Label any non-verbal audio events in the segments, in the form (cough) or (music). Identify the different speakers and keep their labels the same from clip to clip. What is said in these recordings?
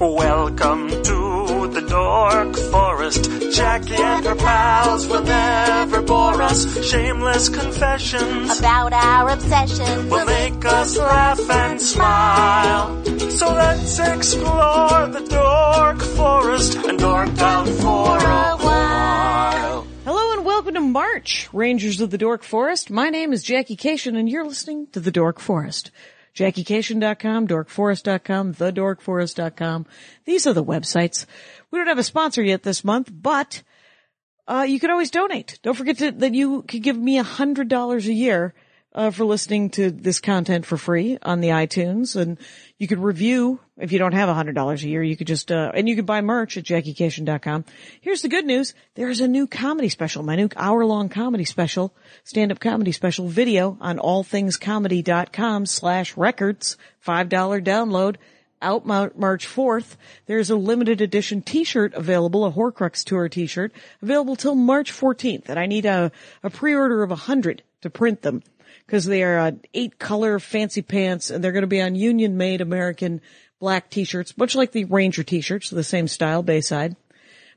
Speaker 1: Welcome to the Dork Forest. Jackie and her pals will never bore us. Shameless confessions
Speaker 2: about our obsession.
Speaker 1: will make us laugh and smile. So let's explore the Dork Forest and dork out for a while.
Speaker 3: Hello and welcome to March, Rangers of the Dork Forest. My name is Jackie Cation and you're listening to The Dork Forest. JackieCation.com, DorkForest.com, TheDorkForest.com. These are the websites. We don't have a sponsor yet this month, but uh, you can always donate. Don't forget to, that you could give me hundred dollars a year uh, for listening to this content for free on the iTunes, and you could review if you don't have hundred dollars a year. You could just uh, and you could buy merch at JackieCation.com. Here's the good news: there is a new comedy special, my new hour-long comedy special, stand-up comedy special video on AllThingsComedy.com/records. Five dollar download out Mar- March 4th, there's a limited edition t-shirt available, a Horcrux Tour t-shirt, available till March 14th. And I need a, a pre-order of 100 to print them because they are uh, eight color fancy pants and they're going to be on union made American black t-shirts, much like the Ranger t-shirts, the same style, Bayside.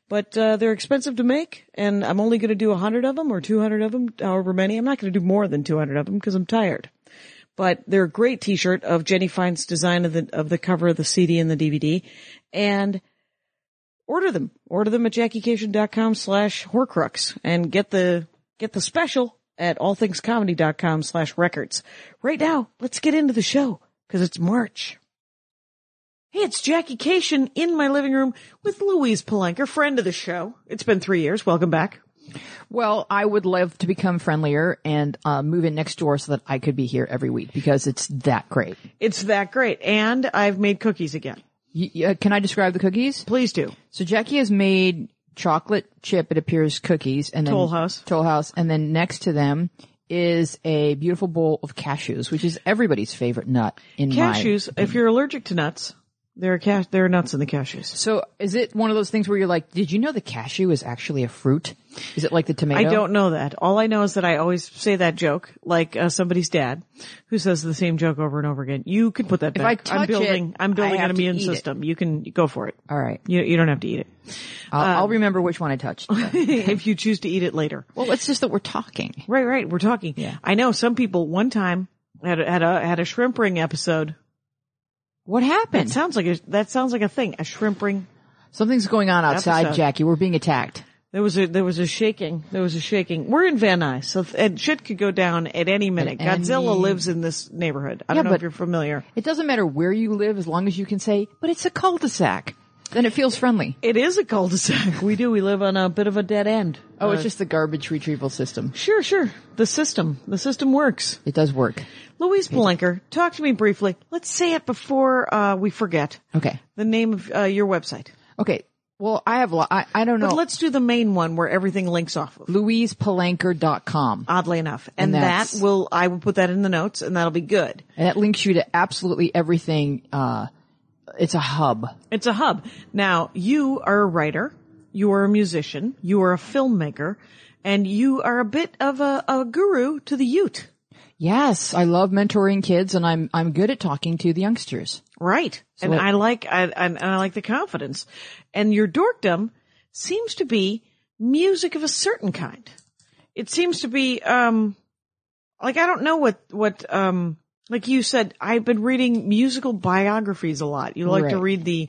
Speaker 3: But uh, they're expensive to make, and I'm only going to do 100 of them or 200 of them, however many. I'm not going to do more than 200 of them because I'm tired but they're a great t-shirt of Jenny Fine's design of the, of the cover of the CD and the DVD and order them, order them at jackiecation.com slash horcrux and get the, get the special at allthingscomedy.com slash records. Right now, let's get into the show because it's March. Hey, it's Jackie Cation in my living room with Louise Palenker, friend of the show. It's been three years. Welcome back.
Speaker 4: Well, I would love to become friendlier and uh, move in next door so that I could be here every week because it's that great.
Speaker 3: It's that great. And I've made cookies again.
Speaker 4: Y- y- uh, can I describe the cookies?
Speaker 3: Please do.
Speaker 4: So Jackie has made chocolate chip, it appears, cookies, and then
Speaker 3: Toll House.
Speaker 4: Toll House, and then next to them is a beautiful bowl of cashews, which is everybody's favorite nut in my-
Speaker 3: Cashews, if you're allergic to nuts, there are cash, there are nuts in the cashews.
Speaker 4: So is it one of those things where you're like, did you know the cashew is actually a fruit? Is it like the tomato?
Speaker 3: I don't know that. All I know is that I always say that joke, like uh, somebody's dad, who says the same joke over and over again. You can put that
Speaker 4: I
Speaker 3: back.
Speaker 4: touch
Speaker 3: am
Speaker 4: it,
Speaker 3: building. I'm building
Speaker 4: I have
Speaker 3: an
Speaker 4: to
Speaker 3: immune
Speaker 4: eat it.
Speaker 3: system. You can go for it.
Speaker 4: All right.
Speaker 3: You you don't have to
Speaker 4: (laughs)
Speaker 3: eat it (laughs) Uh,
Speaker 4: I'll, I'll remember which one I touched.
Speaker 3: if you choose to eat it later.
Speaker 4: well, it's just that we're talking.
Speaker 3: Right, right. We're talking.
Speaker 4: Yeah.
Speaker 3: I know some people. One time had a, had a had a shrimp ring episode.
Speaker 4: What happened?
Speaker 3: It sounds like a, that sounds like a thing. A shrimp ring.
Speaker 4: Something's going on outside,
Speaker 3: Episode.
Speaker 4: Jackie. We're being attacked.
Speaker 3: There was a there was a shaking. There was a shaking. We're in Van Nuys, so th- and shit could go down at any minute.
Speaker 4: At any-
Speaker 3: Godzilla lives in this neighborhood. I
Speaker 4: Yeah,
Speaker 3: don't know if
Speaker 4: but-
Speaker 3: you're familiar.
Speaker 4: It doesn't matter where you live as long as you can say, but it's a cul-de-sac. Then it feels friendly.
Speaker 3: It is a cul-de-sac. We do. We live on a bit of a dead end.
Speaker 4: Oh, it's just the garbage retrieval system.
Speaker 3: Sure, sure. The system. The system works.
Speaker 4: It does work.
Speaker 3: Louise Palenker, talk to me briefly. Let's say it before uh, we forget
Speaker 4: Okay.
Speaker 3: the name of uh, your website.
Speaker 4: Okay. Well, I have, lo- I, I don't know.
Speaker 3: But let's do the main one where everything links off of.
Speaker 4: LouisePalanker.com.
Speaker 3: Oddly enough, and,
Speaker 4: And
Speaker 3: that
Speaker 4: that's-
Speaker 3: will I will put that in the notes, and that'll be good.
Speaker 4: And that links you to absolutely everything, uh, it's a hub.
Speaker 3: It's a hub. Now, you are a writer, you are a musician, you are a filmmaker, and you are a bit of a, a guru to the youth.
Speaker 4: Yes. I love mentoring kids and I'm, I'm good at talking to the youngsters.
Speaker 3: Right. and
Speaker 4: what-
Speaker 3: I like, I, I- and I like the confidence. And your dorkdom seems to be music of a certain kind. It seems to be, um, like, I don't know what, what, um, like you said, I've been reading musical biographies a lot. You like to
Speaker 4: Right.
Speaker 3: read the,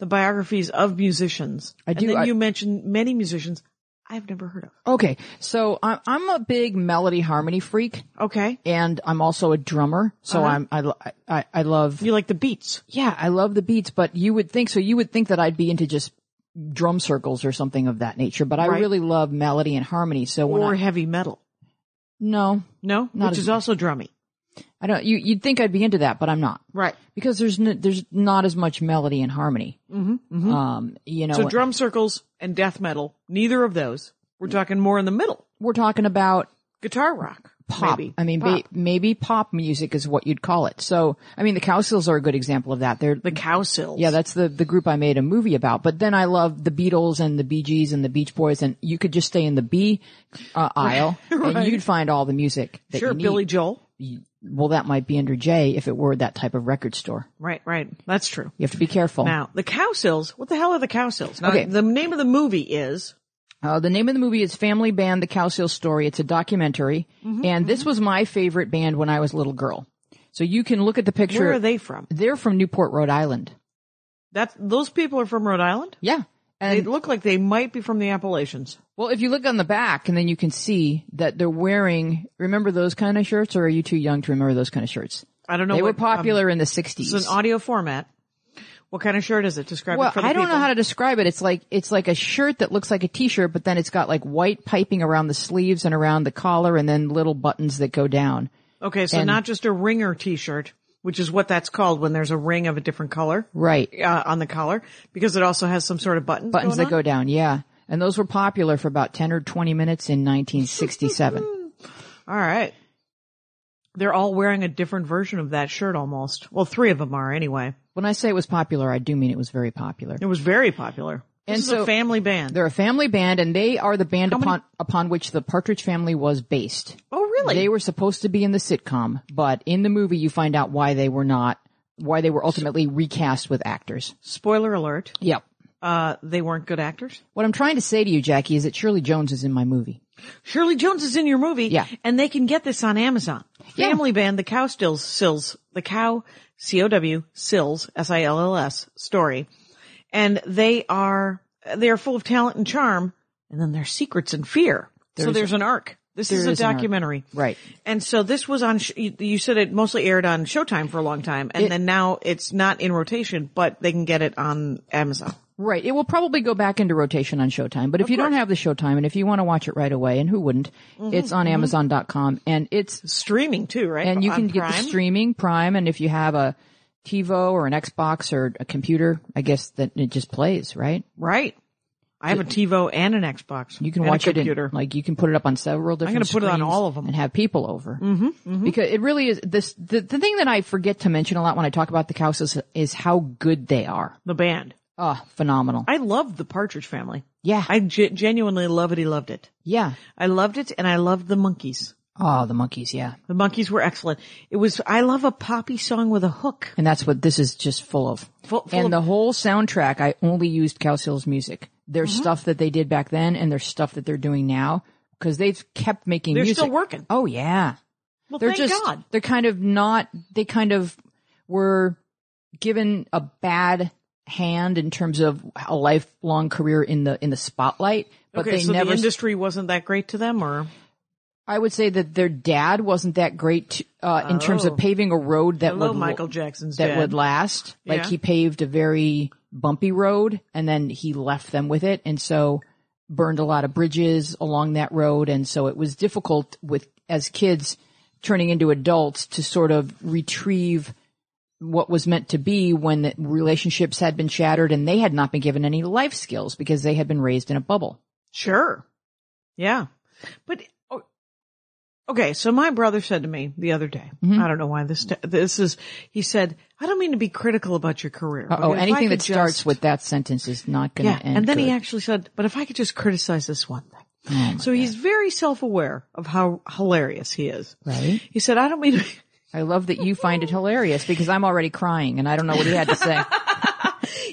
Speaker 3: the biographies of musicians.
Speaker 4: I
Speaker 3: and
Speaker 4: do,
Speaker 3: Then
Speaker 4: I-
Speaker 3: you mentioned many musicians I've never heard of.
Speaker 4: Okay. So I'm, I'm a big melody harmony freak.
Speaker 3: Okay.
Speaker 4: and I'm also a drummer, so I'm I, lo- I I love
Speaker 3: You like the beats.
Speaker 4: yeah I love the beats, but you would think so you would think that I'd be into just drum circles or something of that nature, but I
Speaker 3: Right.
Speaker 4: really love melody and harmony. So when
Speaker 3: Or
Speaker 4: I,
Speaker 3: heavy metal.
Speaker 4: no,
Speaker 3: No?
Speaker 4: Not
Speaker 3: Which
Speaker 4: as
Speaker 3: is also drummy.
Speaker 4: I don't. You you'd think I'd be into that, but I'm not
Speaker 3: Right.
Speaker 4: because there's n there's not as much melody and harmony. Um, you know,
Speaker 3: Mm-hmm, So drum circles and death metal, neither of those. We're talking more in the middle.
Speaker 4: we're talking about
Speaker 3: Guitar rock.
Speaker 4: pop.
Speaker 3: Maybe.
Speaker 4: I mean, ba-
Speaker 3: Pop.
Speaker 4: maybe pop music is what you'd call it. So I mean, the Cowsills are a good example of that. They're
Speaker 3: the cow sills.
Speaker 4: Yeah, that's the, the group I made a movie about. But then I love the Beatles and the Bee Gees and the Beach Boys, and you
Speaker 3: (laughs)
Speaker 4: could just stay in the B uh, aisle and you'd find all the music that
Speaker 3: sure.
Speaker 4: you need.
Speaker 3: Billy Joel.
Speaker 4: well, that might be under J if it were that type of record store.
Speaker 3: Right, right. That's true.
Speaker 4: You have to be careful.
Speaker 3: Now, the cow sills, what the hell are the cow sills? Now,
Speaker 4: Okay.
Speaker 3: the name of the movie is
Speaker 4: Uh, the name of the movie is Family Band: The Cow Seal Story. It's a documentary,
Speaker 3: Mm-hmm,
Speaker 4: and this was my favorite band when I was a little girl. So you can look at the picture.
Speaker 3: where are they from?
Speaker 4: They're from Newport, Rhode Island.
Speaker 3: That those people are from Rhode Island?
Speaker 4: Yeah,
Speaker 3: They
Speaker 4: and
Speaker 3: look like they might be from the Appalachians.
Speaker 4: well, if you look on the back, and then you can see that they're wearing. Remember those kind of shirts, or are you too young to remember those kind of shirts?
Speaker 3: I don't know.
Speaker 4: They were
Speaker 3: what, um,
Speaker 4: popular in the '60s.
Speaker 3: it's an audio format. What kind of shirt is it? Describe
Speaker 4: Well,
Speaker 3: it for the
Speaker 4: I don't
Speaker 3: people.
Speaker 4: know how to describe it. It's like it's like a shirt that looks like a t-shirt, but then it's got like white piping around the sleeves and around the collar, and then little buttons that go down.
Speaker 3: Okay, so not just a ringer T-shirt, which is what that's called when there's a ring of a different color
Speaker 4: Right,
Speaker 3: uh, on the collar, because it also has some sort of buttons.
Speaker 4: buttons that
Speaker 3: going on.
Speaker 4: go down. Yeah, and those were popular for about ten or twenty minutes
Speaker 3: (laughs)
Speaker 4: in 1967.
Speaker 3: All right. They're all wearing a different version of that shirt almost. Well, three of them are anyway.
Speaker 4: when I say it was popular, I do mean it was very popular.
Speaker 3: It was very popular. This
Speaker 4: And
Speaker 3: is a
Speaker 4: so-
Speaker 3: family band.
Speaker 4: They're a family band, and they are the band
Speaker 3: many-
Speaker 4: upon upon which the Partridge Family was based.
Speaker 3: Oh, really?
Speaker 4: They were supposed to be in the sitcom, but in the movie, you find out why they were not. Why they were ultimately recast with actors.
Speaker 3: Spoiler alert.
Speaker 4: Yep.
Speaker 3: Uh, they weren't good actors.
Speaker 4: What I'm trying to say to you, Jackie, is that Shirley Jones is in my movie.
Speaker 3: Shirley Jones is in your movie.
Speaker 4: Yeah.
Speaker 3: And they can get this on Amazon.
Speaker 4: Yeah.
Speaker 3: Family Band, the Cow Stills, Sills, the Cow, C-O-W, Sills, S-I-L-L-S, story. And they are, they are full of talent and charm, and then there's secrets and fear. so there's an arc. This is a
Speaker 4: is an arc.
Speaker 3: documentary.
Speaker 4: Right.
Speaker 3: And so this was on, sh- you you said it mostly aired on Showtime for a long time, and then now it's not in rotation, but they can get it on Amazon.
Speaker 4: Right. It will probably go back into rotation on Showtime, but if you don't have the Showtime and if you want to watch it right away, and who wouldn't, it's on Amazon.com and it's,
Speaker 3: Streaming too, right?
Speaker 4: and you
Speaker 3: On
Speaker 4: can get the
Speaker 3: Prime?
Speaker 4: streaming Prime and if you have a TiVo or an Xbox or a computer, I guess that it just plays, right?
Speaker 3: Right. I have a TiVo and an Xbox.
Speaker 4: You can
Speaker 3: and
Speaker 4: watch
Speaker 3: a
Speaker 4: it
Speaker 3: computer.
Speaker 4: in, like you can put it up on several different.
Speaker 3: gonna put it on
Speaker 4: screens
Speaker 3: all of 'em.
Speaker 4: and have people over mm-hmm, because it really is this. The, the thing that I forget to mention a lot when I talk about the cows is, is how good they are.
Speaker 3: the band.
Speaker 4: Oh, phenomenal!
Speaker 3: I loved the Partridge Family.
Speaker 4: yeah,
Speaker 3: I ge- genuinely loved it. Loved it.
Speaker 4: yeah.
Speaker 3: I loved it, and I loved the monkeys.
Speaker 4: Oh, the monkeys, yeah.
Speaker 3: The monkeys were excellent. It was. I love a poppy song with a hook.
Speaker 4: And that's what this is just full of.
Speaker 3: Full- full
Speaker 4: and
Speaker 3: of-
Speaker 4: the whole soundtrack, I only used Cow Sills music. There's
Speaker 3: Mm-hmm.
Speaker 4: stuff that they did back then, and there's stuff that they're doing now because they've kept making
Speaker 3: They're
Speaker 4: music.
Speaker 3: still working.
Speaker 4: Oh yeah,
Speaker 3: Well,
Speaker 4: they're
Speaker 3: thank
Speaker 4: just
Speaker 3: God.
Speaker 4: they're kind of not. They kind of were given a bad hand in terms of a lifelong career in the in the spotlight, but
Speaker 3: okay,
Speaker 4: they
Speaker 3: so
Speaker 4: never
Speaker 3: the industry wasn't that great to them, or
Speaker 4: I would say that their dad wasn't that great uh, in terms
Speaker 3: Oh.
Speaker 4: of paving a road that
Speaker 3: hello,
Speaker 4: would
Speaker 3: Michael Jackson's
Speaker 4: that
Speaker 3: dad.
Speaker 4: would last. Like
Speaker 3: Yeah.
Speaker 4: he paved a very bumpy road, and then he left them with it, and so burned a lot of bridges along that road, and so it was difficult with as kids turning into adults to sort of retrieve what was meant to be when the relationships had been shattered and they had not been given any life skills because they had been raised in a bubble.
Speaker 3: Sure. Yeah. But oh, okay, so my brother said to me the other day,
Speaker 4: Mm-hmm.
Speaker 3: I don't know why this this is he said, I don't mean to be critical about your career.
Speaker 4: Oh,
Speaker 3: but if I
Speaker 4: anything
Speaker 3: could
Speaker 4: that starts
Speaker 3: just-
Speaker 4: with that sentence is not going to
Speaker 3: Yeah,
Speaker 4: end.
Speaker 3: and then he
Speaker 4: good.
Speaker 3: actually said, but if I could just criticize this one thing.
Speaker 4: Oh
Speaker 3: so he's very self-aware of how hilarious he is.
Speaker 4: Right.
Speaker 3: He said, I don't mean to
Speaker 4: I love that you find it hilarious because I'm already crying and I don't know what he had to say.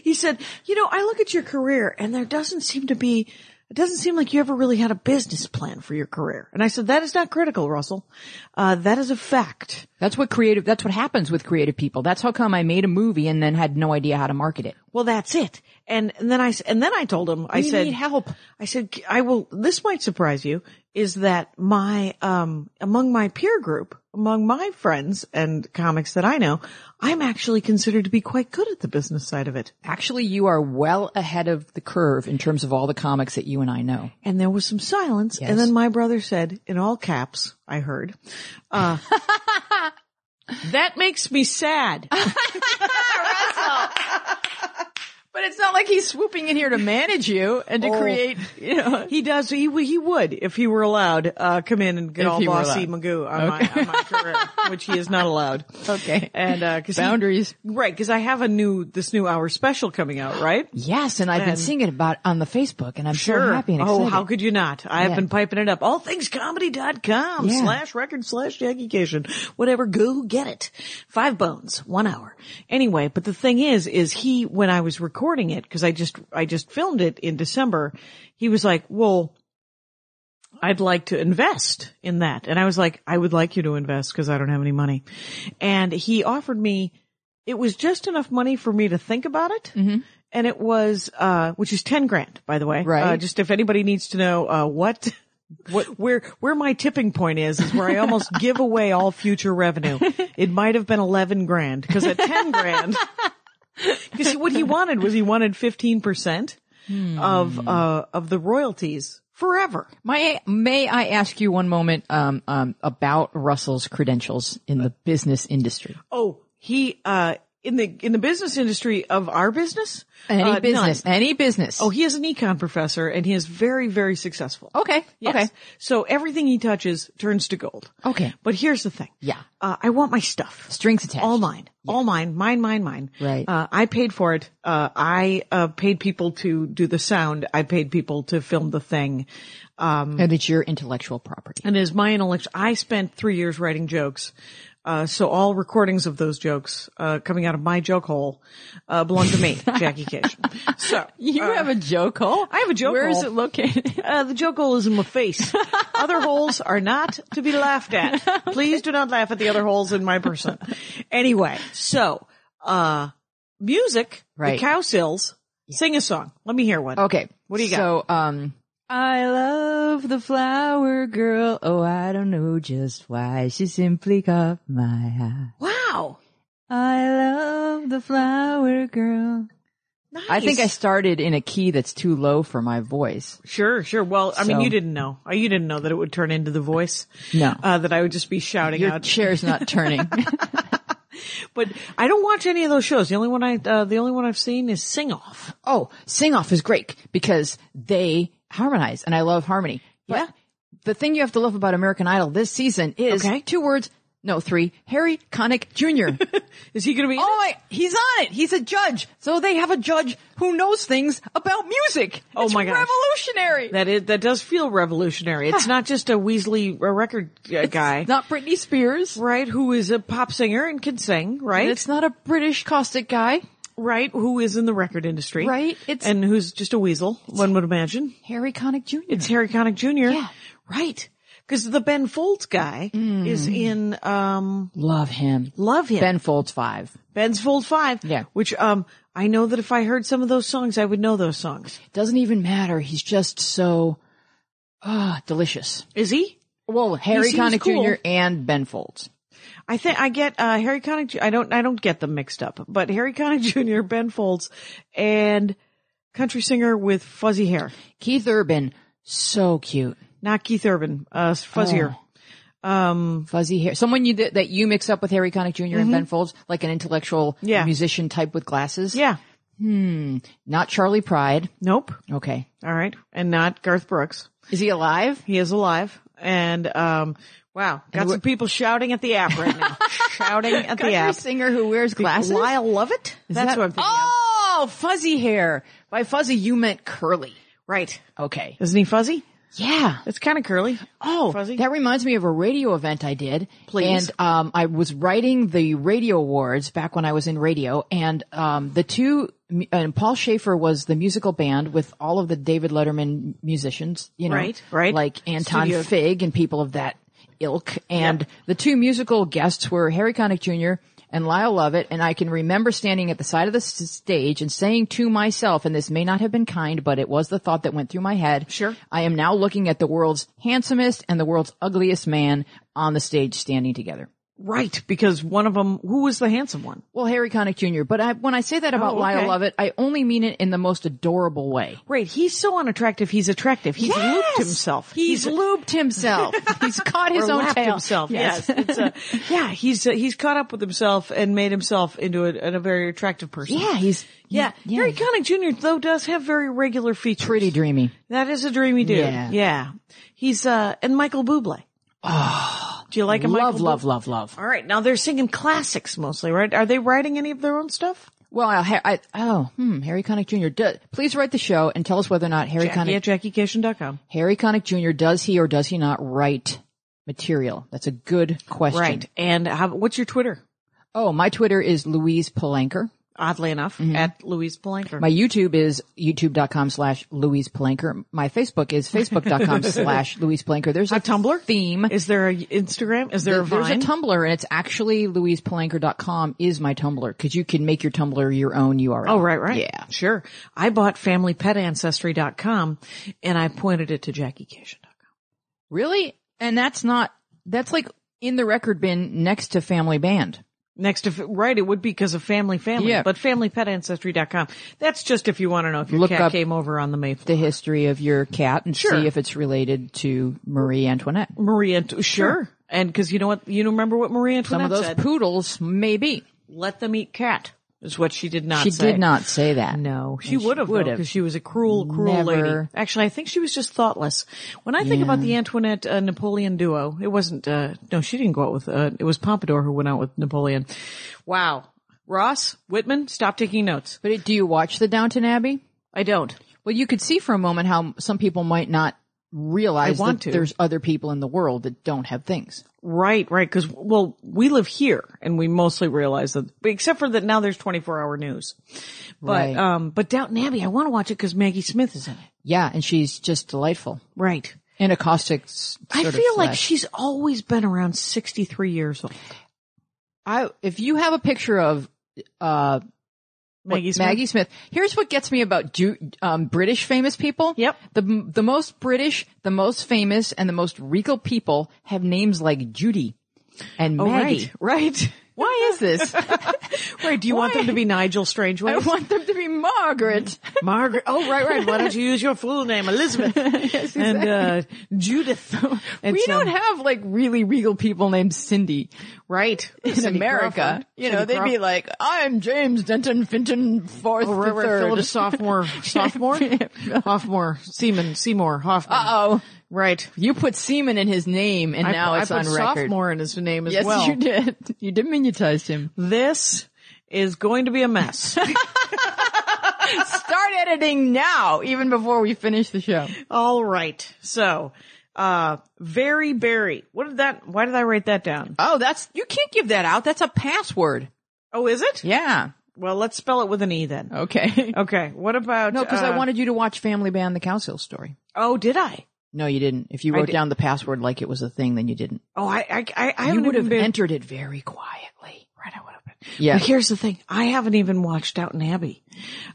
Speaker 3: he said, you know, I look at your career and there doesn't seem to be, it doesn't seem like you ever really had a business plan for your career. And I said, that is not critical, Russell. Uh, that is a fact.
Speaker 4: That's what creative, that's what happens with creative people. That's how come I made a movie and then had no idea how to market it.
Speaker 3: Well, that's it. And, and then I, s- and then I told him, I
Speaker 4: You
Speaker 3: said,
Speaker 4: need help.
Speaker 3: I said, I will, this might surprise you is that my, um, among my peer group, among my friends and comics that I know, I'm actually considered to be quite good at the business side of it.
Speaker 4: Actually, you are well ahead of the curve in terms of all the comics that you and I know.
Speaker 3: And there was some silence.
Speaker 4: Yes.
Speaker 3: And then my brother said, in all caps, I heard, (laughs) uh, that makes me sad.
Speaker 4: But it's not not like he's swooping in here to manage you and to
Speaker 3: Oh.
Speaker 4: create, you know.
Speaker 3: He does. He w- he would if he were allowed uh, come in and get
Speaker 4: If
Speaker 3: all
Speaker 4: he were
Speaker 3: bossy
Speaker 4: allowed.
Speaker 3: Magoo on, my, on my (laughs) career, which he is not allowed.
Speaker 4: Okay.
Speaker 3: And uh, cause he-
Speaker 4: Boundaries.
Speaker 3: right? Because I have a new this new hour special coming out, right?
Speaker 4: Yes, and I've been
Speaker 3: And-
Speaker 4: seeing it about on the Facebook, and I'm so happy and excited.
Speaker 3: Oh, how could you not? I have
Speaker 4: Yeah.
Speaker 3: been piping it up. Allthingscomedy.com
Speaker 4: Yeah.
Speaker 3: slash record slash Jaggycation. Whatever, go get it. Five bones, one hour. Anyway, but the thing is, is he, when I was recording it, cause I just, I just filmed it in December, he was like, well, I'd like to invest in that. And I was like, I would like you to invest because I don't have any money. And he offered me, it was just enough money for me to think about it. And it was, uh, which is 10 grand, by the way.
Speaker 4: Right.
Speaker 3: Uh, just if anybody needs to know, uh, what, what, (laughs) where, where my tipping point is, is where I almost give away all future revenue. It might have been 11 grand because at 10 grand, because what he wanted was he wanted 15% of, uh, of the royalties forever.
Speaker 4: My, may I ask you one moment um, um, about Russell's credentials in the business industry?
Speaker 3: Oh, he uh in the in the business industry of our business,
Speaker 4: Any
Speaker 3: Uh, none.
Speaker 4: business, any business.
Speaker 3: Oh, he is an econ professor, and he is very very successful.
Speaker 4: okay,
Speaker 3: Yes.
Speaker 4: okay,
Speaker 3: So everything he touches turns to gold.
Speaker 4: Okay.
Speaker 3: But here's the thing.
Speaker 4: Yeah.
Speaker 3: Uh, I want my stuff.
Speaker 4: Strings attached.
Speaker 3: All mine. All mine. Mine, mine, mine.
Speaker 4: Right.
Speaker 3: Uh, I paid for it. Uh, I, uh, paid people to do the sound. I paid people to film the thing.
Speaker 4: and it's your intellectual property.
Speaker 3: And as my intellect, I spent three years writing jokes. Uh, so all recordings of those jokes, uh, coming out of my joke hole, uh, belong to
Speaker 4: (laughs)
Speaker 3: me, Jackie Cation. So. uh,
Speaker 4: You have a joke hole. I
Speaker 3: have a joke
Speaker 4: Where is
Speaker 3: hole.
Speaker 4: it located? (laughs)
Speaker 3: Uh, the joke hole is in my face. Other holes are not to be laughed at. Please do not laugh at the other holes in my person. Anyway, so, uh, music, the
Speaker 4: Right.
Speaker 3: cow sills, sing a song. Let me hear one.
Speaker 4: Okay.
Speaker 3: What do you got?
Speaker 4: So, um, I love the flower girl. Oh, I don't know just why she simply caught my eye.
Speaker 3: Wow.
Speaker 4: I love the flower girl.
Speaker 3: Nice.
Speaker 4: I think I started in a key that's too low for my voice.
Speaker 3: Sure, sure. Well, I mean,
Speaker 4: So-
Speaker 3: you didn't know. Uh, You didn't know that it would turn into the voice.
Speaker 4: No.
Speaker 3: Uh, that I would just be shouting
Speaker 4: Your
Speaker 3: out.
Speaker 4: chair's (laughs) not turning.
Speaker 3: But I don't watch any of those shows. The only one I, uh, the only one I've seen is Sing Off.
Speaker 4: oh, sing off is great because they harmonize and I love harmony. But
Speaker 3: Yeah.
Speaker 4: the thing you have to love about American Idol this season is
Speaker 3: Okay.
Speaker 4: two words, no, three, Harry
Speaker 3: (laughs)
Speaker 4: Connick Jr.
Speaker 3: Is he going to be? in
Speaker 4: Oh my, he's on it. He's a judge. So they have a judge who knows things about music.
Speaker 3: Oh
Speaker 4: It's
Speaker 3: my gosh.
Speaker 4: revolutionary.
Speaker 3: it? that is that does feel revolutionary. It's not just a Weasley uh, record uh, guy,
Speaker 4: It's not Britney Spears.
Speaker 3: right? Who is a pop singer and can sing, right?
Speaker 4: It's not a British caustic guy.
Speaker 3: right. Who is in the record industry,
Speaker 4: Right, it's-
Speaker 3: and who's just a weasel. One would imagine.
Speaker 4: Harry Connick Jr.
Speaker 3: It's Harry Connick Jr.
Speaker 4: Yeah. Mm.
Speaker 3: Right. Because the Ben Folds guy is in um
Speaker 4: Love him.
Speaker 3: Love Him.
Speaker 4: Ben Folds five.
Speaker 3: Ben's Fold Five.
Speaker 4: Yeah.
Speaker 3: Which um I know that if I heard some of those songs, I would know those songs.
Speaker 4: Doesn't even matter. He's just so, ah, delicious.
Speaker 3: Is he?
Speaker 4: Well, Harry
Speaker 3: seems
Speaker 4: Connick
Speaker 3: cool.
Speaker 4: Jr. and Ben Folds.
Speaker 3: I think I get uh Harry Connick. Ju- I don't. I don't get them mixed up. But Harry Connick (laughs) Jr., Ben Folds, and country singer with fuzzy hair,
Speaker 4: Keith Urban, so cute.
Speaker 3: not Keith Urban, uh fuzzier.
Speaker 4: Oh. Fuzzy hair. Someone you that you mix up with Harry Connick junior and Ben Folds, like an intellectual
Speaker 3: Yeah.
Speaker 4: musician type with glasses.
Speaker 3: Yeah.
Speaker 4: Not Charlie Pride.
Speaker 3: Nope.
Speaker 4: Okay.
Speaker 3: All right. And not Garth Brooks.
Speaker 4: Is he alive?
Speaker 3: He is alive. And um, wow, got some people shouting at the app right
Speaker 4: (laughs)
Speaker 3: now. shouting at the
Speaker 4: Country
Speaker 3: app.
Speaker 4: singer who wears glasses.
Speaker 3: Lyle Lovett. That's
Speaker 4: That-
Speaker 3: what I'm thinking. of.
Speaker 4: Oh, fuzzy hair. By fuzzy, you meant curly.
Speaker 3: Right.
Speaker 4: Okay.
Speaker 3: Isn't he fuzzy?
Speaker 4: Yeah.
Speaker 3: It's kind of curly.
Speaker 4: Oh,
Speaker 3: Fuzzy?
Speaker 4: that reminds me of a radio event I did.
Speaker 3: Please.
Speaker 4: And um, I was writing the radio awards back when I was in radio, and um, the two and Paul Schaefer was the musical band with all of the David Letterman musicians, you know,
Speaker 3: Right, right.
Speaker 4: like Anton
Speaker 3: Studio.
Speaker 4: Fig and people of that ilk. And the two musical guests were Harry Connick Jr. and Lyle Lovett. And I can remember standing at the side of the s- stage and saying to myself, and this may not have been kind, but it was the thought that went through my head.
Speaker 3: Sure.
Speaker 4: I am now looking at the world's handsomest and the world's ugliest man on the stage standing together.
Speaker 3: Right, because one of them, who was the handsome one?
Speaker 4: Well, Harry Connick Jr. But I, when I say that about
Speaker 3: Oh, okay.
Speaker 4: Lyle Lovett, I only mean it in the most adorable way.
Speaker 3: Right, he's so unattractive, he's attractive. He's looped himself.
Speaker 4: He's,
Speaker 3: (laughs)
Speaker 4: lubed himself. he's caught his
Speaker 3: or
Speaker 4: own
Speaker 3: lapped
Speaker 4: tail.
Speaker 3: himself. Yes, It's, (laughs) uh, yeah, he's uh, he's caught up with himself and made himself into a, a very attractive person.
Speaker 4: (laughs) yeah, he's
Speaker 3: yeah. Harry Connick Jr. though does have very regular features.
Speaker 4: pretty dreamy.
Speaker 3: That is a dreamy dude.
Speaker 4: Yeah.
Speaker 3: yeah. He's uh and Michael Bublé. Oh, do you like him?
Speaker 4: Love,
Speaker 3: Michael
Speaker 4: love,
Speaker 3: Bu-
Speaker 4: love, love.
Speaker 3: All right, now they're singing classics mostly, right? Are they writing any of their own stuff?
Speaker 4: Well, I, I, oh, hmm, Harry Connick Jr. Do, please write the show and tell us whether or not Harry
Speaker 3: Yeah,
Speaker 4: Connick,
Speaker 3: JackieCation.com.
Speaker 4: Harry Connick Jr. does he or does he not write material? That's a good question.
Speaker 3: Right, and how, what's your Twitter?
Speaker 4: Oh, my Twitter is Louise Palanker.
Speaker 3: Oddly enough, at Louise Blanker.
Speaker 4: Mm-hmm. My YouTube is youtube.com slash Louise Palanker. My Facebook is facebook.com (laughs) slash Louise Palanker. There's a,
Speaker 3: Tumblr?
Speaker 4: theme.
Speaker 3: is there a Instagram? Is there a
Speaker 4: There's
Speaker 3: Vine?
Speaker 4: a Tumblr and it's actually louisepalanker.com is my Tumblr because you can make your Tumblr your own URL.
Speaker 3: Oh, right, right.
Speaker 4: Yeah.
Speaker 3: Sure. I bought familypetancestry.com and I pointed it to JackieCation.com.
Speaker 4: Really? And that's not, that's like in the record bin next to Family Band.
Speaker 3: Next to, right, it would be because of family family,
Speaker 4: Yeah.
Speaker 3: but familypetancestry.com. That's just if you want to know if your
Speaker 4: Look
Speaker 3: cat
Speaker 4: up
Speaker 3: came over on the Mayflower.
Speaker 4: The history of your cat and
Speaker 3: Sure.
Speaker 4: see if it's related to Marie Antoinette.
Speaker 3: Marie Antoinette. Sure. And because you know what, you remember what Marie Antoinette
Speaker 4: Some of those
Speaker 3: said?
Speaker 4: poodles, maybe.
Speaker 3: Let them eat cat is what she did not
Speaker 4: She
Speaker 3: say.
Speaker 4: did not say that.
Speaker 3: No, she would have
Speaker 4: would have.
Speaker 3: because she was a cruel, cruel lady.
Speaker 4: Never.
Speaker 3: Actually, I think she was just thoughtless. When I think about the Antoinette uh, Napoleon duo, it wasn't. Uh, no, she didn't go out with. Uh, it was Pompadour who went out with Napoleon. Wow, Ross Whitman, stop taking notes.
Speaker 4: But it, do you watch the Downton Abbey?
Speaker 3: I don't.
Speaker 4: Well, you could see for a moment how some people might not realize
Speaker 3: I want
Speaker 4: that
Speaker 3: to.
Speaker 4: there's other people in the world that don't have things.
Speaker 3: Right, right. Because well, we live here, and we mostly realize that. but Except for that, now there's 24 hour news. But
Speaker 4: Right.
Speaker 3: um, but Downton Abbey, I want to watch it because Maggie Smith is in it.
Speaker 4: Yeah, and she's just delightful.
Speaker 3: Right.
Speaker 4: In a caustic s-
Speaker 3: I
Speaker 4: sort of
Speaker 3: feel like
Speaker 4: flesh.
Speaker 3: she's always been around 63 years old.
Speaker 4: I, if you have a picture of uh, what-
Speaker 3: Maggie Smith.
Speaker 4: Maggie Smith, here's what gets me about Jew, um, British famous people.
Speaker 3: Yep.
Speaker 4: The the most British, the most famous, and the most regal people have names like Judy and Maggie.
Speaker 3: Oh, Right. Right.
Speaker 4: Why
Speaker 3: (laughs)
Speaker 4: is this?
Speaker 3: Right. Do you want
Speaker 4: Why?
Speaker 3: them to be Nigel Strangeways?
Speaker 4: I want them to be Margaret.
Speaker 3: Margaret. Oh, right, right. Why don't you use your full name,
Speaker 4: (laughs)
Speaker 3: Elizabeth? And uh, Judith. um, And
Speaker 4: we
Speaker 3: so-
Speaker 4: don't have like really regal people named Cindy
Speaker 3: right
Speaker 4: in
Speaker 3: Cindy
Speaker 4: America.
Speaker 3: Crawford.
Speaker 4: You
Speaker 3: Cindy
Speaker 4: know, they'd be
Speaker 3: Crawford.
Speaker 4: like, "I'm James Denton Finton Fourth,
Speaker 3: Oh, right, right.
Speaker 4: third.
Speaker 3: Phillips
Speaker 4: (laughs)
Speaker 3: sophomore, sophomore, Hoffmore, Seaman, Seymour, Hoffman.
Speaker 4: Oh,
Speaker 3: Right.
Speaker 4: you put semen in his name, and
Speaker 3: I,
Speaker 4: now
Speaker 3: I
Speaker 4: it's
Speaker 3: put
Speaker 4: on record.
Speaker 3: sophomore in his name as
Speaker 4: Yes,
Speaker 3: well.
Speaker 4: you did. You diminutivized him.
Speaker 3: This is going to be a
Speaker 4: (laughs)
Speaker 3: mess.
Speaker 4: Start editing now, even before we finish the show.
Speaker 3: All right. So, uh, very berry. What did that, why did I write that down?
Speaker 4: Oh, that's you can't give that out. That's a password.
Speaker 3: Oh, is it?
Speaker 4: Yeah.
Speaker 3: Well, let's spell it with an E then.
Speaker 4: Okay. (laughs)
Speaker 3: Okay. What about?
Speaker 4: No, because
Speaker 3: uh,
Speaker 4: I wanted you to watch Family Band: The Cow Hill Story.
Speaker 3: Oh, did I?
Speaker 4: No, you didn't. If you
Speaker 3: I
Speaker 4: wrote
Speaker 3: did-
Speaker 4: down the password like it was a thing, then you didn't.
Speaker 3: Oh, I, I, I, I
Speaker 4: you
Speaker 3: haven't
Speaker 4: would
Speaker 3: even
Speaker 4: have
Speaker 3: been.
Speaker 4: entered it very quietly.
Speaker 3: Right, I would have been.
Speaker 4: Yeah.
Speaker 3: But here's the thing: I haven't even watched Downton Abbey.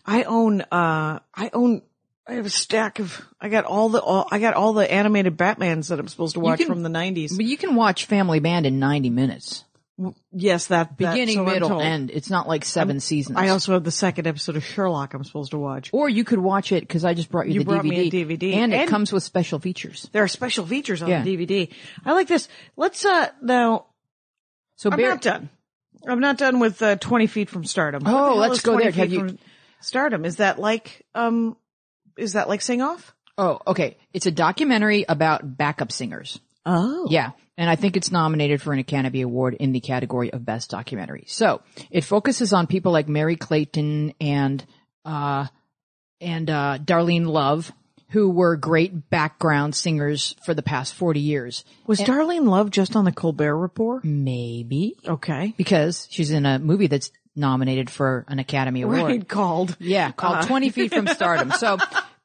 Speaker 3: I own, uh, I own. I have a stack of. I got all the. All, I got all the animated Batman's that I'm supposed to watch
Speaker 4: can-
Speaker 3: from the '90s.
Speaker 4: But you can watch Family Band in 90 minutes.
Speaker 3: Yes, that that-
Speaker 4: Beginning,
Speaker 3: so I'm
Speaker 4: middle,
Speaker 3: told.
Speaker 4: end. It's not like 7 seasons.
Speaker 3: I also have the second episode of Sherlock. I'm supposed to watch.
Speaker 4: or you could watch it because I just brought you,
Speaker 3: You
Speaker 4: the
Speaker 3: brought
Speaker 4: DVD.
Speaker 3: me a DVD.
Speaker 4: And, it
Speaker 3: And-
Speaker 4: comes with special features.
Speaker 3: There are special features on
Speaker 4: Yeah.
Speaker 3: the DVD. I like this. Let's uh now.
Speaker 4: So
Speaker 3: I'm
Speaker 4: Bar-
Speaker 3: not done. I'm not done with uh, 20 feet from stardom. What
Speaker 4: Oh,
Speaker 3: the hell
Speaker 4: let's
Speaker 3: is
Speaker 4: go
Speaker 3: 20
Speaker 4: there.
Speaker 3: feet
Speaker 4: Have you-
Speaker 3: from stardom? Is that like um? Is that like sing off?
Speaker 4: Oh, okay. It's a documentary about backup singers.
Speaker 3: Oh,
Speaker 4: Yeah. And I think it's nominated for an Academy Award in the category of Best Documentary. So it focuses on people like Mary Clayton and, uh, and, uh, Darlene Love, who were great background singers for the past 40 years.
Speaker 3: Was Darlene Love just on the Colbert Report?
Speaker 4: Mm. Maybe.
Speaker 3: Okay,
Speaker 4: Because she's in a movie that's nominated for an Academy Award.
Speaker 3: right. Called.
Speaker 4: Yeah, called 20 Feet from Stardom. So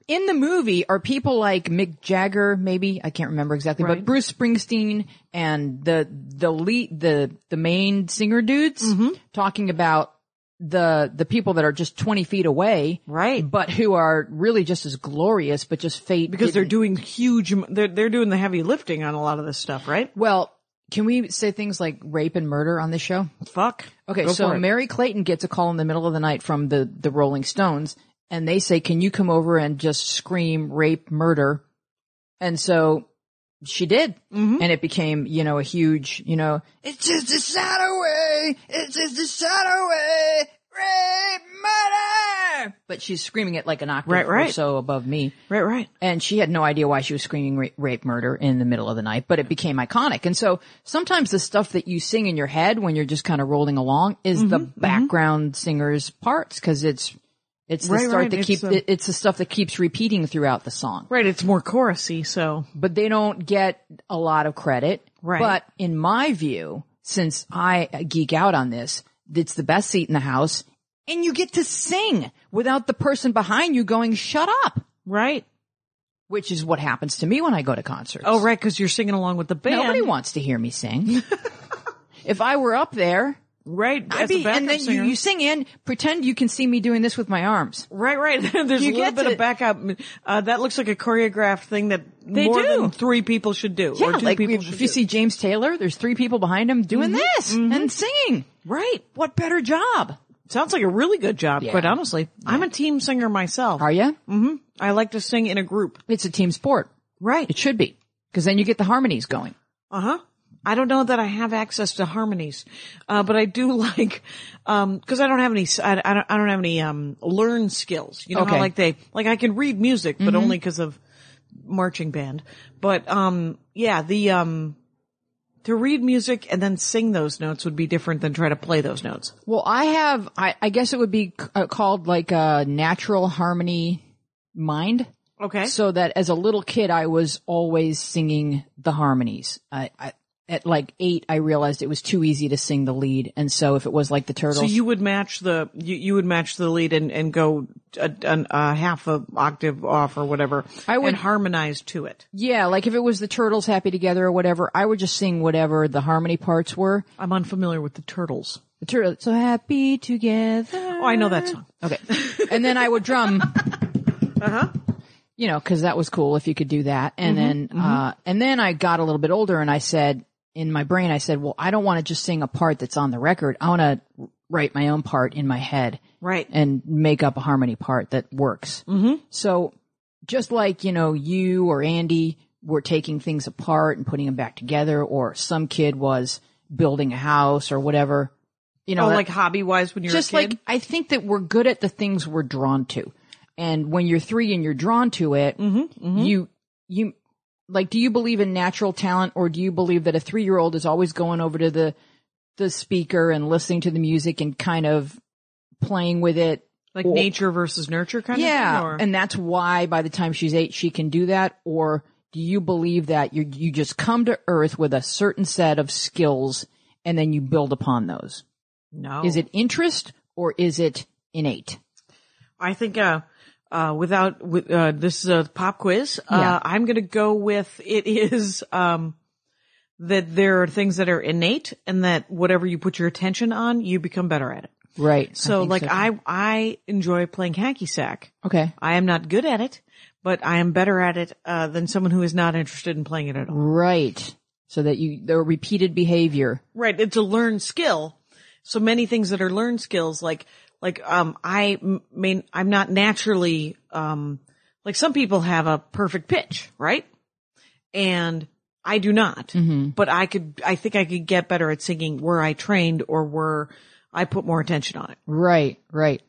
Speaker 4: in the movie are people like Mick Jagger, maybe, I can't remember exactly, but Bruce Springsteen and the, the lead, the, the main singer dudes
Speaker 3: Mm-hmm.
Speaker 4: talking about the, the people that are just 20 feet away.
Speaker 3: Right.
Speaker 4: But who are really just as glorious, but just fate.
Speaker 3: because they're
Speaker 4: didn't-
Speaker 3: doing huge. They're they're doing the heavy lifting on a lot of this stuff, right?
Speaker 4: well, Can we say things like rape and murder on this show?
Speaker 3: Fuck.
Speaker 4: Okay,
Speaker 3: Go
Speaker 4: so
Speaker 3: for it.
Speaker 4: Mary Clayton gets a call in the middle of the night from the, the Rolling Stones and they say, can you come over and just scream rape, murder? And so she did.
Speaker 3: Mm-hmm.
Speaker 4: And it became, you know, a huge, you know, it's just a shadow way. It's just a shadow way. Rape, murder. But she's screaming it like an octave
Speaker 3: Right,
Speaker 4: or
Speaker 3: right.
Speaker 4: so above me.
Speaker 3: right, right.
Speaker 4: And she had no idea why she was screaming ra- rape murder in the middle of the night, but it became iconic. And so sometimes the stuff that you sing in your head when you're just kind of rolling along is
Speaker 3: Mm-hmm.
Speaker 4: the background singer's parts because it's, it's the
Speaker 3: Right,
Speaker 4: start
Speaker 3: right,
Speaker 4: that
Speaker 3: it's,
Speaker 4: keep,
Speaker 3: uh,
Speaker 4: it- it's the stuff that keeps repeating throughout the song,
Speaker 3: Right, it's more chorusy, so
Speaker 4: but they don't get a lot of credit.
Speaker 3: Right.
Speaker 4: But in my view, since I uh, geek out on this, it's the best seat in the house and you get to sing without the person behind you going, shut up
Speaker 3: right.
Speaker 4: which is what happens to me when I go to concerts.
Speaker 3: Oh, right, because you're singing along with the band.
Speaker 4: Nobody wants to hear me sing. if I were up there,
Speaker 3: Right,
Speaker 4: I'd
Speaker 3: as a
Speaker 4: be,
Speaker 3: backup
Speaker 4: and then you,
Speaker 3: singer.
Speaker 4: you sing in, pretend you can see me doing this with my arms.
Speaker 3: right, right. (laughs) There's a little
Speaker 4: You get
Speaker 3: bit
Speaker 4: to-
Speaker 3: of backup. Uh, that looks like a choreographed thing that
Speaker 4: They
Speaker 3: more
Speaker 4: do.
Speaker 3: than three people should do.
Speaker 4: Yeah,
Speaker 3: or two
Speaker 4: like
Speaker 3: people
Speaker 4: if
Speaker 3: should
Speaker 4: you
Speaker 3: do.
Speaker 4: see James Taylor, there's three people behind him doing this and singing.
Speaker 3: Right.
Speaker 4: What better job?
Speaker 3: Sounds like a really good job,
Speaker 4: Yeah.
Speaker 3: quite honestly. I'm a team singer myself.
Speaker 4: Are you?
Speaker 3: I like to sing in a group.
Speaker 4: It's a team sport. It
Speaker 3: Right.
Speaker 4: should be because then you get the harmonies going.
Speaker 3: Uh huh. I don't know that I have access to harmonies, uh, but I do (laughs) like, um 'cause cause I don't have any, s- I, I don't, I don't have any, um, learn skills. You know how
Speaker 4: Okay. Mm-hmm.
Speaker 3: like they, like I can read music, but only cause of marching band. But, um, yeah, the, um, to read music and then sing those notes would be different than try to play those notes.
Speaker 4: Well, I have, I, I guess it would be c- uh, called like a natural harmony mind.
Speaker 3: Okay.
Speaker 4: so that as a little kid i was always singing the harmonies I, I at like eight i realized it was too easy to sing the lead and so if it was like the turtles
Speaker 3: So you would match the you, you would match the lead and and go a, an a half a octave off or whatever.
Speaker 4: I would-
Speaker 3: and harmonize to it.
Speaker 4: yeah like if it was the turtles happy together or whatever i would just sing whatever the harmony parts were
Speaker 3: I'm unfamiliar with the turtles.
Speaker 4: the turtles so happy together
Speaker 3: Oh, I know that song.
Speaker 4: okay and then i would drum (laughs) uh-huh you know because that was cool if you could do that and then uh and then i got a little bit older and i said in my brain i said well i don't want to just sing a part that's on the record i want to write my own part in my head
Speaker 3: Right.
Speaker 4: and make up a harmony part that works mm-hmm. so just like you know you or andy were taking things apart and putting them back together or some kid was building a house or whatever you know
Speaker 3: oh,
Speaker 4: that-
Speaker 3: like hobby wise when you're
Speaker 4: just
Speaker 3: a kid?
Speaker 4: like I think that we're good at the things we're drawn to, and when you're three and you're drawn to it,
Speaker 3: Mm-hmm,
Speaker 4: you you like. Do you believe in natural talent, or do you believe that a three year old is always going over to the the speaker and listening to the music and kind of playing with it?
Speaker 3: like nature versus nurture kind
Speaker 4: Yeah,
Speaker 3: of thing.
Speaker 4: and that's why by the time she's eight, she can do that, or. Do you believe that you you just come to earth with a certain set of skills and then you build upon those?
Speaker 3: Or no,
Speaker 4: Is it interest or is it innate?
Speaker 3: I think uh, uh, without with, uh, this is a pop quiz. Uh,
Speaker 4: Yeah.
Speaker 3: I'm going to go with it is um, that there are things that are innate and that whatever you put your attention on, you become better at it.
Speaker 4: Right.
Speaker 3: So
Speaker 4: think
Speaker 3: like
Speaker 4: too.
Speaker 3: I I enjoy playing hacky sack.
Speaker 4: Okay.
Speaker 3: I am not good at it, but I am better at it uh, than someone who is not interested in playing it at all.
Speaker 4: Right. So that you the repeated behavior.
Speaker 3: Right, it's a learned skill. So many things that are learned skills, like like um I m- mean I'm not naturally um like some people have a perfect pitch, right? And I do not, but I could I think I could get better at singing were I trained or were I put more attention on it.
Speaker 4: Right, right.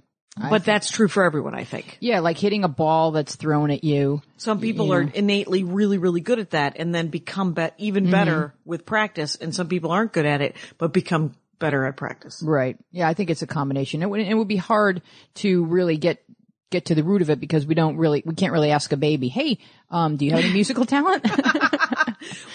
Speaker 3: but that's true for everyone, I think.
Speaker 4: Yeah, like hitting a ball that's thrown at you.
Speaker 3: Some people are innately really, really good at that and then become be- even better with practice. And some people aren't good at it, but become better at practice.
Speaker 4: Right. Yeah, I think it's a combination. It would it would be hard to really get get to the root of it because we don't really we can't really ask a baby, "Hey, um do you have any musical talent?" (laughs)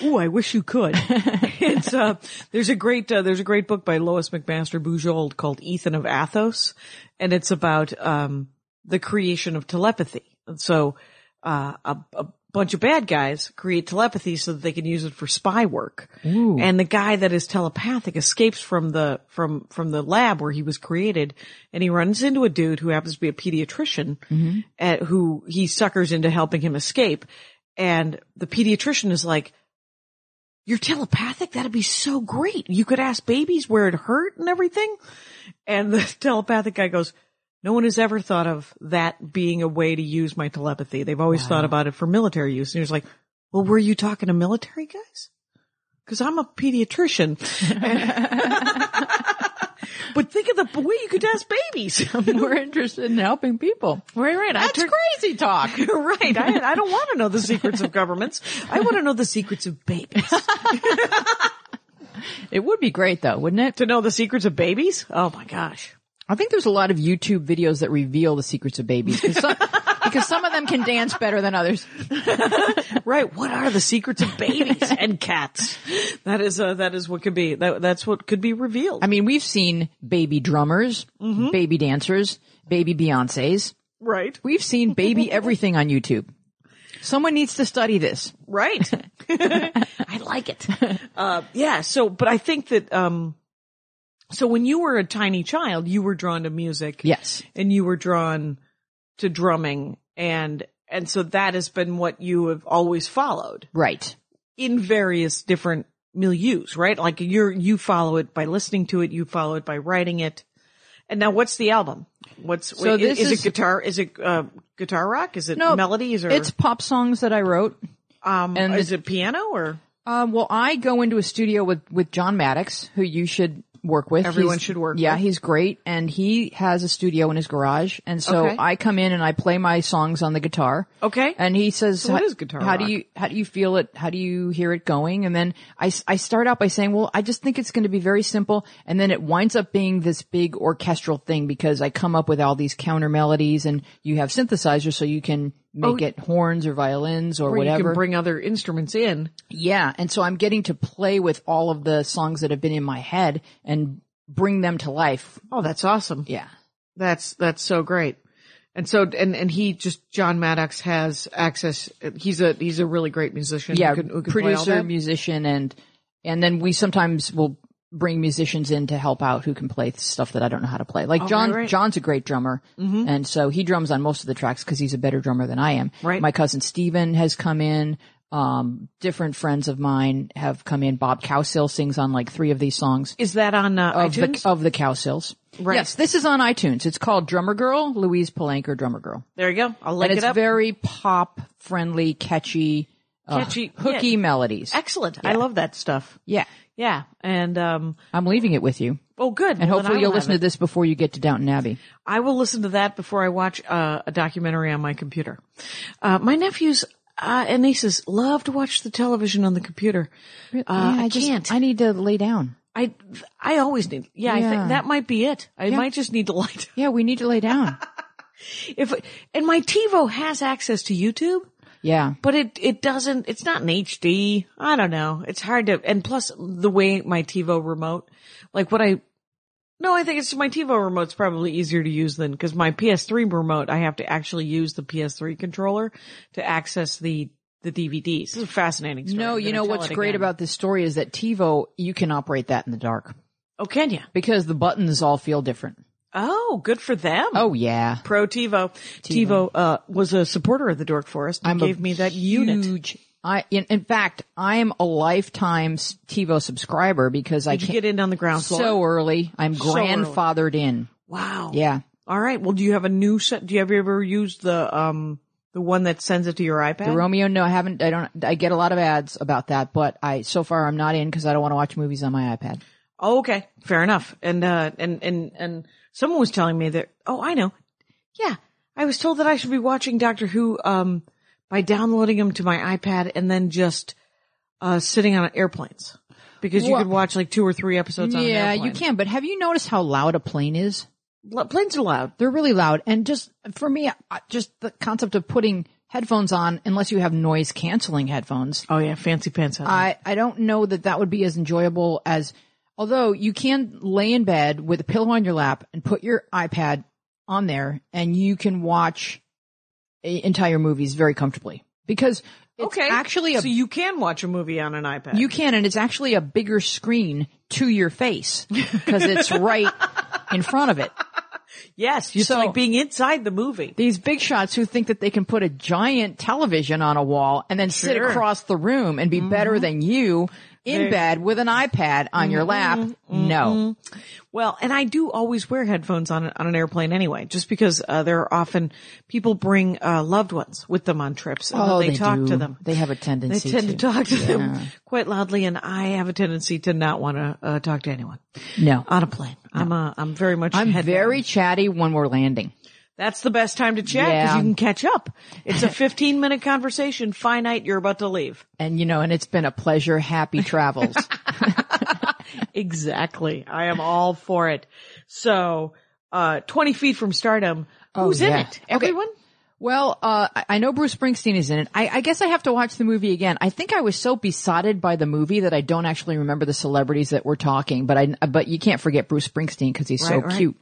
Speaker 3: Ooh, I wish you could. it's, uh, there's a great, uh, there's a great book by Lois McMaster Bujold called Ethan of Athos. And it's about, um, the creation of telepathy. And so, uh, a, a bunch of bad guys create telepathy so that they can use it for spy work. And the guy that is telepathic escapes from the, from, from the lab where he was created and he runs into a dude who happens to be a pediatrician at, who he suckers into helping him escape. And the pediatrician is like, you're telepathic. That'd be so great. You could ask babies where it hurt and everything. And the (laughs) telepathic guy goes, no one has ever thought of that being a way to use my telepathy. They've always thought about it for military use. And he was like, well, were you talking to military guys? Cause I'm a pediatrician. (laughs) but think of the way you could ask babies. (laughs)
Speaker 4: We're interested in helping people. Right, right. That's crazy talk.
Speaker 3: You're right. I, I don't want to know the secrets of governments. I want to know the secrets of babies.
Speaker 4: (laughs)
Speaker 3: (laughs)
Speaker 4: It would be great though, wouldn't it?
Speaker 3: to know the secrets of babies? Oh my gosh.
Speaker 4: I think there's a lot of YouTube videos that reveal the secrets of babies 'cause some, (laughs) because some of them can dance better than others.
Speaker 3: Right. What are the secrets of
Speaker 4: (laughs)
Speaker 3: babies and cats? That is, uh, that is what could be, that, that's what could be revealed.
Speaker 4: I mean, we've seen baby drummers,
Speaker 3: Mm-hmm.
Speaker 4: baby dancers, baby Beyonces.
Speaker 3: right.
Speaker 4: We've
Speaker 3: (laughs)
Speaker 4: seen baby everything on YouTube. Someone needs to study this. (laughs)
Speaker 3: Right. (laughs) I like it. Uh, yeah. So, but I think that, um, so when you were a tiny child, you were drawn to music.
Speaker 4: Yes.
Speaker 3: And you were drawn to drumming and, and so that has been what you have always followed
Speaker 4: Right.
Speaker 3: in various different milieus, right? Like you're, you follow it by listening to it, you follow it by writing it. And now what's the album? What's,
Speaker 4: So
Speaker 3: is,
Speaker 4: this
Speaker 3: is
Speaker 4: is-
Speaker 3: it guitar, is it, uh, guitar rock? Is it
Speaker 4: No,
Speaker 3: melodies or,
Speaker 4: It's pop songs that I wrote.
Speaker 3: um,
Speaker 4: and
Speaker 3: is it piano or?
Speaker 4: Um, well, I go into a studio with, with John Maddox, who you should work with.
Speaker 3: Everyone should work
Speaker 4: Yeah,
Speaker 3: with.
Speaker 4: he's great. And he has a studio in his garage. And so
Speaker 3: Okay.
Speaker 4: I come in and I play my songs on the guitar.
Speaker 3: Okay.
Speaker 4: And he says,
Speaker 3: what
Speaker 4: "How-
Speaker 3: is guitar
Speaker 4: How
Speaker 3: rock?"
Speaker 4: do you, how do you feel it? How do you hear it going? And then I, s- I start out by saying, well, I just think it's going to be very simple. And then it winds up being this big orchestral thing because I come up with all these counter melodies and you have synthesizers so you can make it horns or violins Oh, or
Speaker 3: Or
Speaker 4: whatever.
Speaker 3: you can bring other instruments in.
Speaker 4: Yeah. And so I'm getting to play with all of the songs that have been in my head and bring them to life.
Speaker 3: Oh, that's awesome.
Speaker 4: Yeah.
Speaker 3: That's, that's so great. And so, and, and he just, John Maddox has access. He's a, he's a really great musician.
Speaker 4: Yeah.
Speaker 3: Who can, who can play all
Speaker 4: producer,
Speaker 3: that.
Speaker 4: musician, and, and then we sometimes will bring musicians in to help out who can play stuff that I don't know how to play. Like John,
Speaker 3: Oh, right, right. Mm-hmm.
Speaker 4: John's a great drummer. And so he drums on most of the tracks because he's a better drummer than I am.
Speaker 3: Right.
Speaker 4: My cousin Steven has come in. Um, different friends of mine have come in. Bob Cowsill sings on like three of these songs.
Speaker 3: Is that on uh,
Speaker 4: of
Speaker 3: iTunes?
Speaker 4: the of the cowsills.
Speaker 3: Right.
Speaker 4: Yes, this is on iTunes. It's called Drummer Girl, Louise Palanker Drummer Girl.
Speaker 3: there you go. I'll
Speaker 4: And
Speaker 3: link
Speaker 4: it's
Speaker 3: it up.
Speaker 4: very pop friendly, catchy, uh,
Speaker 3: Catchy,
Speaker 4: hooky
Speaker 3: yeah.
Speaker 4: melodies.
Speaker 3: Excellent. I love that stuff.
Speaker 4: Yeah.
Speaker 3: Yeah. And, um,
Speaker 4: I'm leaving it with you.
Speaker 3: oh, good.
Speaker 4: And hopefully you'll listen to this before you get to Downton Abbey.
Speaker 3: I will listen to that before I watch uh, a documentary on my computer. Uh, my nephews uh, and nieces love to watch the television on the computer. Uh,
Speaker 4: Yeah,
Speaker 3: I,
Speaker 4: just-
Speaker 3: can't.
Speaker 4: I need to lay down.
Speaker 3: I I always need. Yeah, I
Speaker 4: Yeah.
Speaker 3: think that might be it. I might just need to (laughs) light.
Speaker 4: Yeah, we need to lay down. (laughs)
Speaker 3: If and my TiVo has access to YouTube.
Speaker 4: yeah.
Speaker 3: But it, it doesn't, it's not an HD. I don't know. It's hard to, and plus the way my TiVo remote, like what I, no, I think it's my TiVo remote's probably easier to use than, cause my PS3 remote, I have to actually use the PS3 controller to access the, the DVDs. This is a fascinating story.
Speaker 4: No,
Speaker 3: I'm
Speaker 4: you
Speaker 3: gonna
Speaker 4: know
Speaker 3: tell
Speaker 4: what's
Speaker 3: it
Speaker 4: great
Speaker 3: again.
Speaker 4: about this story is that TiVo, you can operate that in the dark
Speaker 3: oh, Kenya.
Speaker 4: because the buttons all feel different.
Speaker 3: Oh, good for them.
Speaker 4: Oh yeah.
Speaker 3: Pro TiVo. TiVo, uh, was a supporter of the Dork Forest and
Speaker 4: a
Speaker 3: gave me that unit.
Speaker 4: huge. I in, in fact, I am a lifetime s- TiVo subscriber because I
Speaker 3: Did you
Speaker 4: can't
Speaker 3: get in on the ground floor?
Speaker 4: so early. I'm grandfathered in.
Speaker 3: wow.
Speaker 4: Yeah.
Speaker 3: All right. Well, do you have a new set? Do you have you ever used the um the one that sends it to your iPad?
Speaker 4: The Romeo, no, I haven't. I don't. I get a lot of ads about that, but I so far I'm not in because I don't want to watch movies on my iPad.
Speaker 3: oh, okay, fair enough. And uh and and and someone was telling me that. Oh, I know. Yeah, I was told that I should be watching Doctor Who um by downloading them to my iPad and then just uh sitting on airplanes because you
Speaker 4: Wha-
Speaker 3: could watch like two or three episodes on an
Speaker 4: Yeah,
Speaker 3: airplane.
Speaker 4: you can. But have you noticed how loud a plane is?
Speaker 3: L- planes are loud.
Speaker 4: They're really loud, and just for me, I- just the concept of putting headphones on, unless you have noise canceling headphones,
Speaker 3: Oh yeah, fancy pants. on.
Speaker 4: I, I don't know that that would be as enjoyable as, although you can lay in bed with a pillow on your lap and put your iPad on there and you can watch a, entire movies very comfortably because it's
Speaker 3: okay,
Speaker 4: actually a,
Speaker 3: so
Speaker 4: you,
Speaker 3: you can watch a movie on an iPad.
Speaker 4: can, and it's actually a bigger screen to your face because it's right in front of it.
Speaker 3: yes, it's
Speaker 4: So-
Speaker 3: like being inside the movie.
Speaker 4: These big shots who think that they can put a giant television on a wall and then sit
Speaker 3: Sure. Mm-hmm.
Speaker 4: across the room and be better than you in bed with an iPad on your lap.
Speaker 3: Mm-hmm.
Speaker 4: No.
Speaker 3: Well, and I do always wear headphones on on an airplane anyway, just because uh, there are often people bring uh, loved ones with them on trips, and
Speaker 4: Oh,
Speaker 3: they,
Speaker 4: they
Speaker 3: talk
Speaker 4: do.
Speaker 3: to them.
Speaker 4: They have a tendency
Speaker 3: They tend to,
Speaker 4: to.
Speaker 3: talk to them quite loudly, and I have a tendency to not want to uh, talk to anyone
Speaker 4: No.
Speaker 3: on a plane. I'm uh, I'm very much
Speaker 4: I'm
Speaker 3: headline.
Speaker 4: very chatty when we're landing.
Speaker 3: That's the best time to chat because
Speaker 4: Yeah.
Speaker 3: you can catch up. It's
Speaker 4: (laughs)
Speaker 3: a 15 minute conversation. Finite. You're about to leave.
Speaker 4: And you know, and it's been a pleasure. Happy travels.
Speaker 3: Exactly. I am all for it. So, uh, 20 feet from stardom. Who's in
Speaker 4: Oh, yeah.
Speaker 3: it? Everyone?
Speaker 4: well, uh, I- I know Bruce Springsteen is in it. I, I guess I have to watch the movie again. I think I was so besotted by the movie that I don't actually remember the celebrities that were talking, but I, but you can't forget Bruce Springsteen because he's so
Speaker 3: Right, right.
Speaker 4: cute.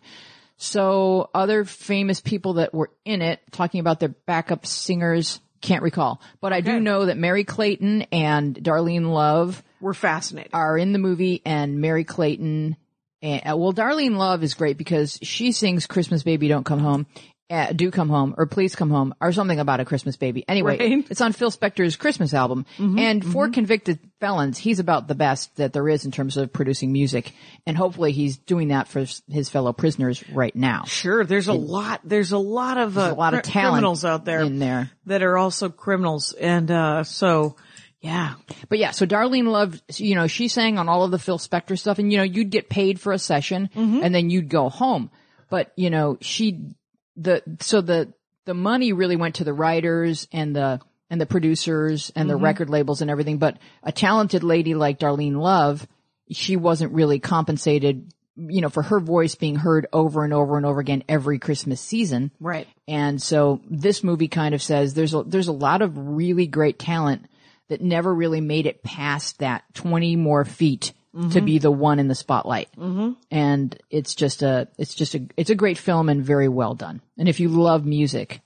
Speaker 4: So other famous people that were in it talking about their backup singers, can't recall, but I do know that Mary Clayton and Darlene Love
Speaker 3: We're fascinated.
Speaker 4: are in the movie and Mary Clayton and uh, well Darlene Love is great because she sings Christmas baby don't come home uh, do come home or please come home or something about a Christmas baby. Anyway,
Speaker 3: Right. Mm-hmm,
Speaker 4: it's on Phil Spector's Christmas album and for convicted felons, he's about the best that there is in terms of producing music and hopefully he's doing that for s- his fellow prisoners right now.
Speaker 3: Sure, there's a lot. There's a lot of uh,
Speaker 4: a lot of
Speaker 3: cri-
Speaker 4: talent
Speaker 3: criminals out there
Speaker 4: in there.
Speaker 3: that are also criminals, and uh, so yeah,
Speaker 4: But yeah, so Darlene Love, you know, she sang on all of the Phil Spector stuff and you know, you'd get paid for a session and then you'd go home. But you know, she, the, so the, the money really went to the writers and the, and the producers and the record labels and everything. But a talented lady like Darlene Love, she wasn't really compensated, you know, for her voice being heard over and over and over again every Christmas season.
Speaker 3: right.
Speaker 4: And so this movie kind of says there's a, there's a lot of really great talent that never really made it past that 20 more feet to be the one in the spotlight. Mm-hmm. And it's just a, it's just a, it's a great film and very well done. And if you love music,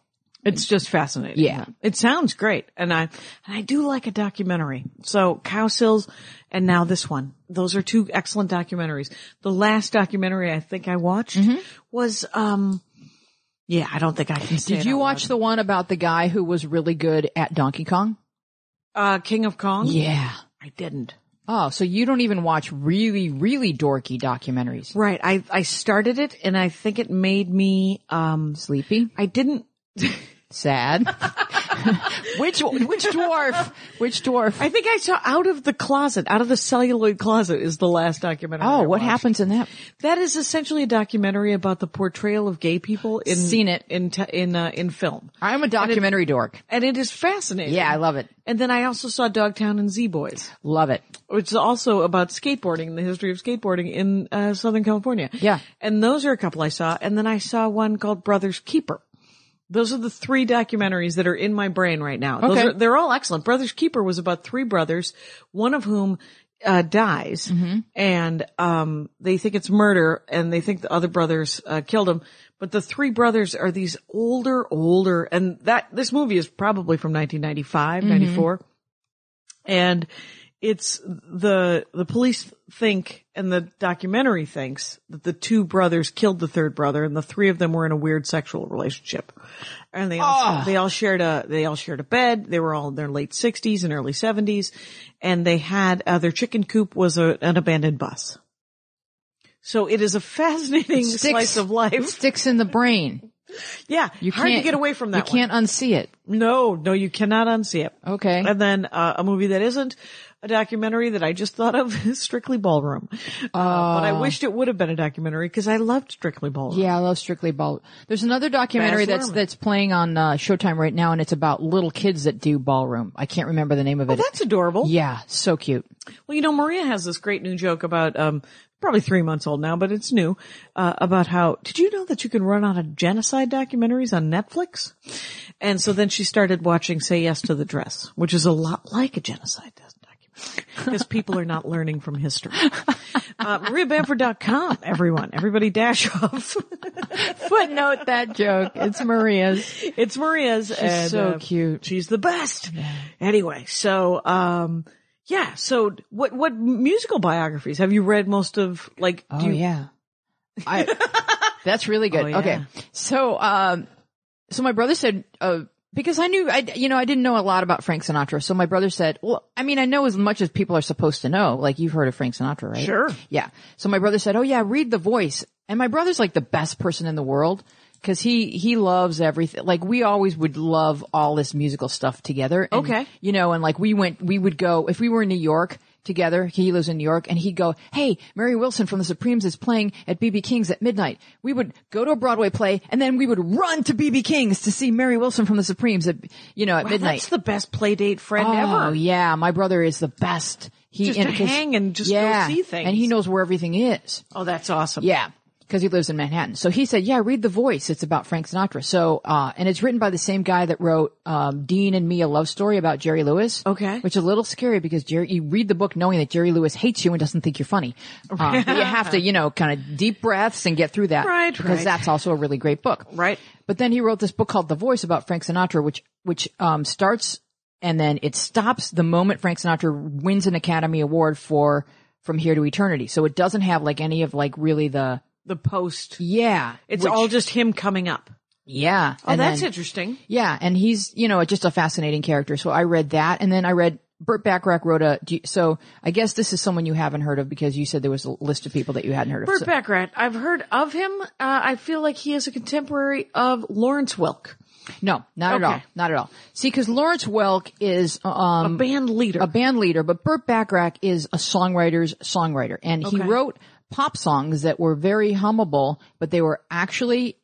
Speaker 3: It's just fascinating.
Speaker 4: Yeah.
Speaker 3: it sounds great, and I and I do like a documentary. So Cow Sills, and now this one. Those are two excellent documentaries. The last documentary I think I watched
Speaker 4: Mm-hmm.
Speaker 3: was um, yeah, I don't think I can. Say
Speaker 4: did
Speaker 3: it
Speaker 4: you
Speaker 3: out
Speaker 4: watch the one about the guy who was really good at Donkey Kong?
Speaker 3: loud. uh, King of Kong?
Speaker 4: Yeah.
Speaker 3: I didn't.
Speaker 4: Oh, so you don't even watch really, really dorky documentaries.
Speaker 3: Right, I I started it, and I think it made me um,
Speaker 4: Sleepy,
Speaker 3: I didn't (laughs)
Speaker 4: sad. (laughs) which, which dwarf, which dwarf?
Speaker 3: I think I saw Out of the Closet, Out of the Celluloid Closet is the last documentary. I
Speaker 4: Oh, what
Speaker 3: watched.
Speaker 4: happens in that?
Speaker 3: That is essentially a documentary about the portrayal of gay people in
Speaker 4: Seen it.
Speaker 3: in te- in uh, in film.
Speaker 4: I'm a documentary dork.
Speaker 3: And it is fascinating.
Speaker 4: Yeah, I love it.
Speaker 3: And then I also saw Dogtown and Z Boys,
Speaker 4: Love it.
Speaker 3: which is also about skateboarding and the history of skateboarding in uh, Southern California.
Speaker 4: Yeah.
Speaker 3: And those are a couple I saw. And then I saw one called Brothers Keeper. Those are the three documentaries that are in my brain right now. Those
Speaker 4: Okay.
Speaker 3: are, they're all excellent. Brothers Keeper was about three brothers, one of whom uh, dies,
Speaker 4: Mm-hmm.
Speaker 3: and um, they think it's murder, and they think the other brothers uh, killed him. But the three brothers are these older, older, and that this movie is probably from 1995,
Speaker 4: Mm-hmm.
Speaker 3: 94 and it's the the police think and the documentary thinks that the two brothers killed the third brother and the three of them were in a weird sexual relationship and they
Speaker 4: Ah.
Speaker 3: all they all shared a they all shared a bed they were all in their late 60s and early 70s and they had uh, their chicken coop was a, an abandoned bus so it is a (laughs) fascinating
Speaker 4: Sticks-
Speaker 3: slice of life
Speaker 4: Sticks in the brain.
Speaker 3: yeah
Speaker 4: You
Speaker 3: hard
Speaker 4: can't
Speaker 3: to get away from that
Speaker 4: You
Speaker 3: one.
Speaker 4: can't unsee it.
Speaker 3: No, no, you cannot unsee it.
Speaker 4: Okay.
Speaker 3: And then uh, a movie that isn't a documentary that I just thought of is Strictly Ballroom. Uh, but I wished it would have been a documentary because I loved Strictly Ballroom.
Speaker 4: Ah. Yeah, I love Strictly Ball. There's another documentary
Speaker 3: Baz
Speaker 4: that's
Speaker 3: Luhrmann.
Speaker 4: that's playing on uh, Showtime right now, and it's about little kids that do ballroom. I can't remember the name of it.
Speaker 3: That's adorable.
Speaker 4: yeah,
Speaker 3: (laughs)
Speaker 4: so cute.
Speaker 3: Well, you know, Maria has this great new joke about, um, probably three months old now, but it's new, uh, about how, did you know that you can run out of genocide documentaries on Netflix? And so then she started watching Say Yes to the Dress, which is a lot like a genocide documentary because people are not learning from history. Uh, MariaBamford.com, everyone, everybody dash off. (laughs)
Speaker 4: Footnote that joke. It's Maria's.
Speaker 3: It's Maria's. She's
Speaker 4: so cute.
Speaker 3: She's the best. Anyway, so um, yeah. So what what musical biographies have you read? Most of like do
Speaker 4: Oh
Speaker 3: you,
Speaker 4: (laughs) yeah. I. That's really good.
Speaker 3: Oh, yeah.
Speaker 4: Okay. So um, so my brother said uh, because I knew I you know I didn't know a lot about Frank Sinatra. So my brother said, "Well, I mean, I know as much as people are supposed to know. Like you've heard of Frank Sinatra, right?"
Speaker 3: Sure.
Speaker 4: Yeah. So my brother said, "Oh yeah, read The Voice." And my brother's like the best person in the world cuz he he loves everything. Like we always would love all this musical stuff together. And,
Speaker 3: Okay.
Speaker 4: You know, and like we went we would go if we were in New York together, he lives in New York and he'd go, "Hey, Mary Wilson from the Supremes is playing at BB King's at midnight." We would go to a Broadway play and then we would run to BB King's to see Mary Wilson from the Supremes at you know, at midnight.
Speaker 3: That's the best play date friend
Speaker 4: Oh
Speaker 3: ever.
Speaker 4: yeah, my brother is the best. He
Speaker 3: Just to
Speaker 4: 'cause-
Speaker 3: hang and just go
Speaker 4: yeah,
Speaker 3: see things.
Speaker 4: and he knows where everything is.
Speaker 3: Oh, that's awesome.
Speaker 4: Yeah, because he lives in Manhattan. So he said, "Yeah, read The Voice. It's about Frank Sinatra." So, uh, and it's written by the same guy that wrote um, Dean and Me: A Love Story about Jerry Lewis.
Speaker 3: Okay.
Speaker 4: which is a little scary because Jerry, you read the book knowing that Jerry Lewis hates you and doesn't think you're funny. Uh, but you have to, you know, kind of deep breaths and get through that,
Speaker 3: Right,
Speaker 4: Because
Speaker 3: right.
Speaker 4: that's also a really great book,
Speaker 3: Right.
Speaker 4: But then he wrote this book called The Voice about Frank Sinatra, which which um, starts and then it stops the moment Frank Sinatra wins an Academy Award for From Here to Eternity. So it doesn't have like any of like really the
Speaker 3: The post.
Speaker 4: yeah.
Speaker 3: It's
Speaker 4: which-
Speaker 3: all just him coming up.
Speaker 4: yeah.
Speaker 3: Oh,
Speaker 4: and
Speaker 3: that's
Speaker 4: then-
Speaker 3: interesting.
Speaker 4: Yeah, and he's you know just a fascinating character. So I read that, and then I read Burt Bacharach wrote a. do you- So I guess this is someone you haven't heard of because you said there was a list of people that you hadn't heard of.
Speaker 3: Burt
Speaker 4: So-
Speaker 3: Bacharach. I've heard of him. Uh, I feel like he is a contemporary of Lawrence Welk,
Speaker 4: no, not at all,
Speaker 3: Okay.
Speaker 4: not at all. See, because Lawrence Welk is um,
Speaker 3: band leader.
Speaker 4: a band leader, but Burt Bacharach is a songwriter's songwriter, and he
Speaker 3: Okay.
Speaker 4: wrote pop songs that were very hummable, but they were actually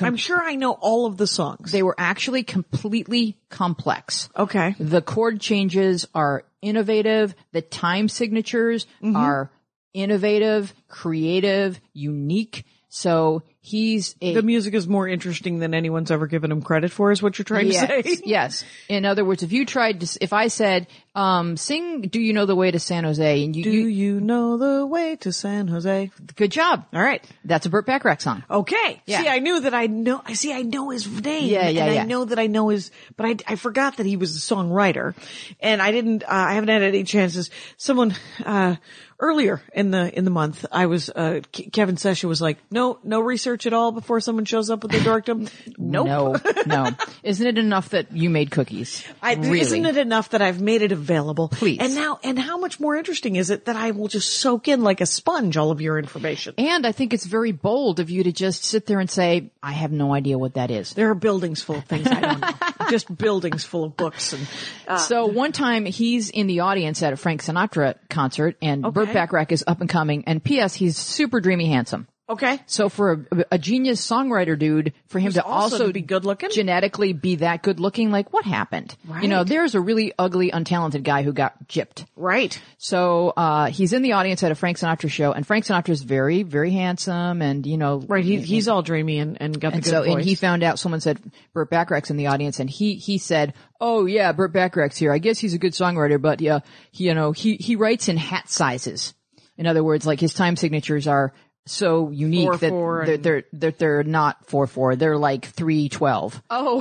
Speaker 3: I'm sure I know all of the songs.
Speaker 4: they were actually completely complex.
Speaker 3: okay.
Speaker 4: The chord changes are innovative. The time signatures
Speaker 3: Mm-hmm.
Speaker 4: are innovative, creative, unique. So he's a
Speaker 3: The music is more interesting than anyone's ever given him credit for, is what you're trying
Speaker 4: yes,
Speaker 3: to say.
Speaker 4: yes. In other words, if you tried to, s- if I said, um, sing, do you know the way to San Jose? And you,
Speaker 3: (laughs) Do
Speaker 4: you-
Speaker 3: you know the way to San Jose?
Speaker 4: good job.
Speaker 3: All right.
Speaker 4: That's a Burt Bacharach song.
Speaker 3: Okay.
Speaker 4: Yeah.
Speaker 3: See, I knew that I know, I see, I know his name.
Speaker 4: Yeah, yeah,
Speaker 3: and
Speaker 4: yeah.
Speaker 3: I know that I know his, but I, I forgot that he was a songwriter and I didn't, uh, I haven't had any chances. Someone, uh, earlier in the, in the month, I was, uh, Ke- Kevin Session was like, no, no research at all before someone shows up with (laughs) their dorkdom. nope.
Speaker 4: No, no. Isn't it enough that you made cookies?
Speaker 3: I,
Speaker 4: really?
Speaker 3: Isn't it enough that I've made it available?
Speaker 4: Please.
Speaker 3: And now, and how much more interesting is it that I will just soak in like a sponge all of your information?
Speaker 4: And I think it's very bold of you to just sit there and say, I have no idea what that is.
Speaker 3: There are buildings full of things I don't
Speaker 4: (laughs)
Speaker 3: know. just buildings full of books and
Speaker 4: So one time he's in the audience at a Frank Sinatra concert and Burt Bacharach is up and coming and PS he's super dreamy handsome.
Speaker 3: okay.
Speaker 4: So for a, a genius songwriter dude, for him to
Speaker 3: also
Speaker 4: also,
Speaker 3: to be good looking?
Speaker 4: genetically be that good looking, like what happened? You
Speaker 3: Right.
Speaker 4: know, there's a really ugly, untalented guy who got gypped.
Speaker 3: Right.
Speaker 4: So, uh, he's in the audience at a Frank Sinatra show and Frank Sinatra's very, very handsome and, you know,
Speaker 3: Right. He, he's all dreamy and, and got
Speaker 4: and
Speaker 3: the good
Speaker 4: so,
Speaker 3: voice.
Speaker 4: and he found out someone said Burt Bacharach's in the audience, and he he said, "Oh yeah, Burt Bacharach's here. I guess he's a good songwriter, but yeah, he, you know, he he writes in hat sizes. In other words, like his time signatures are so unique that
Speaker 3: 4/4
Speaker 4: they're,
Speaker 3: and-
Speaker 4: they're they're they're not four four. They're like three twelve. (laughs)
Speaker 3: oh,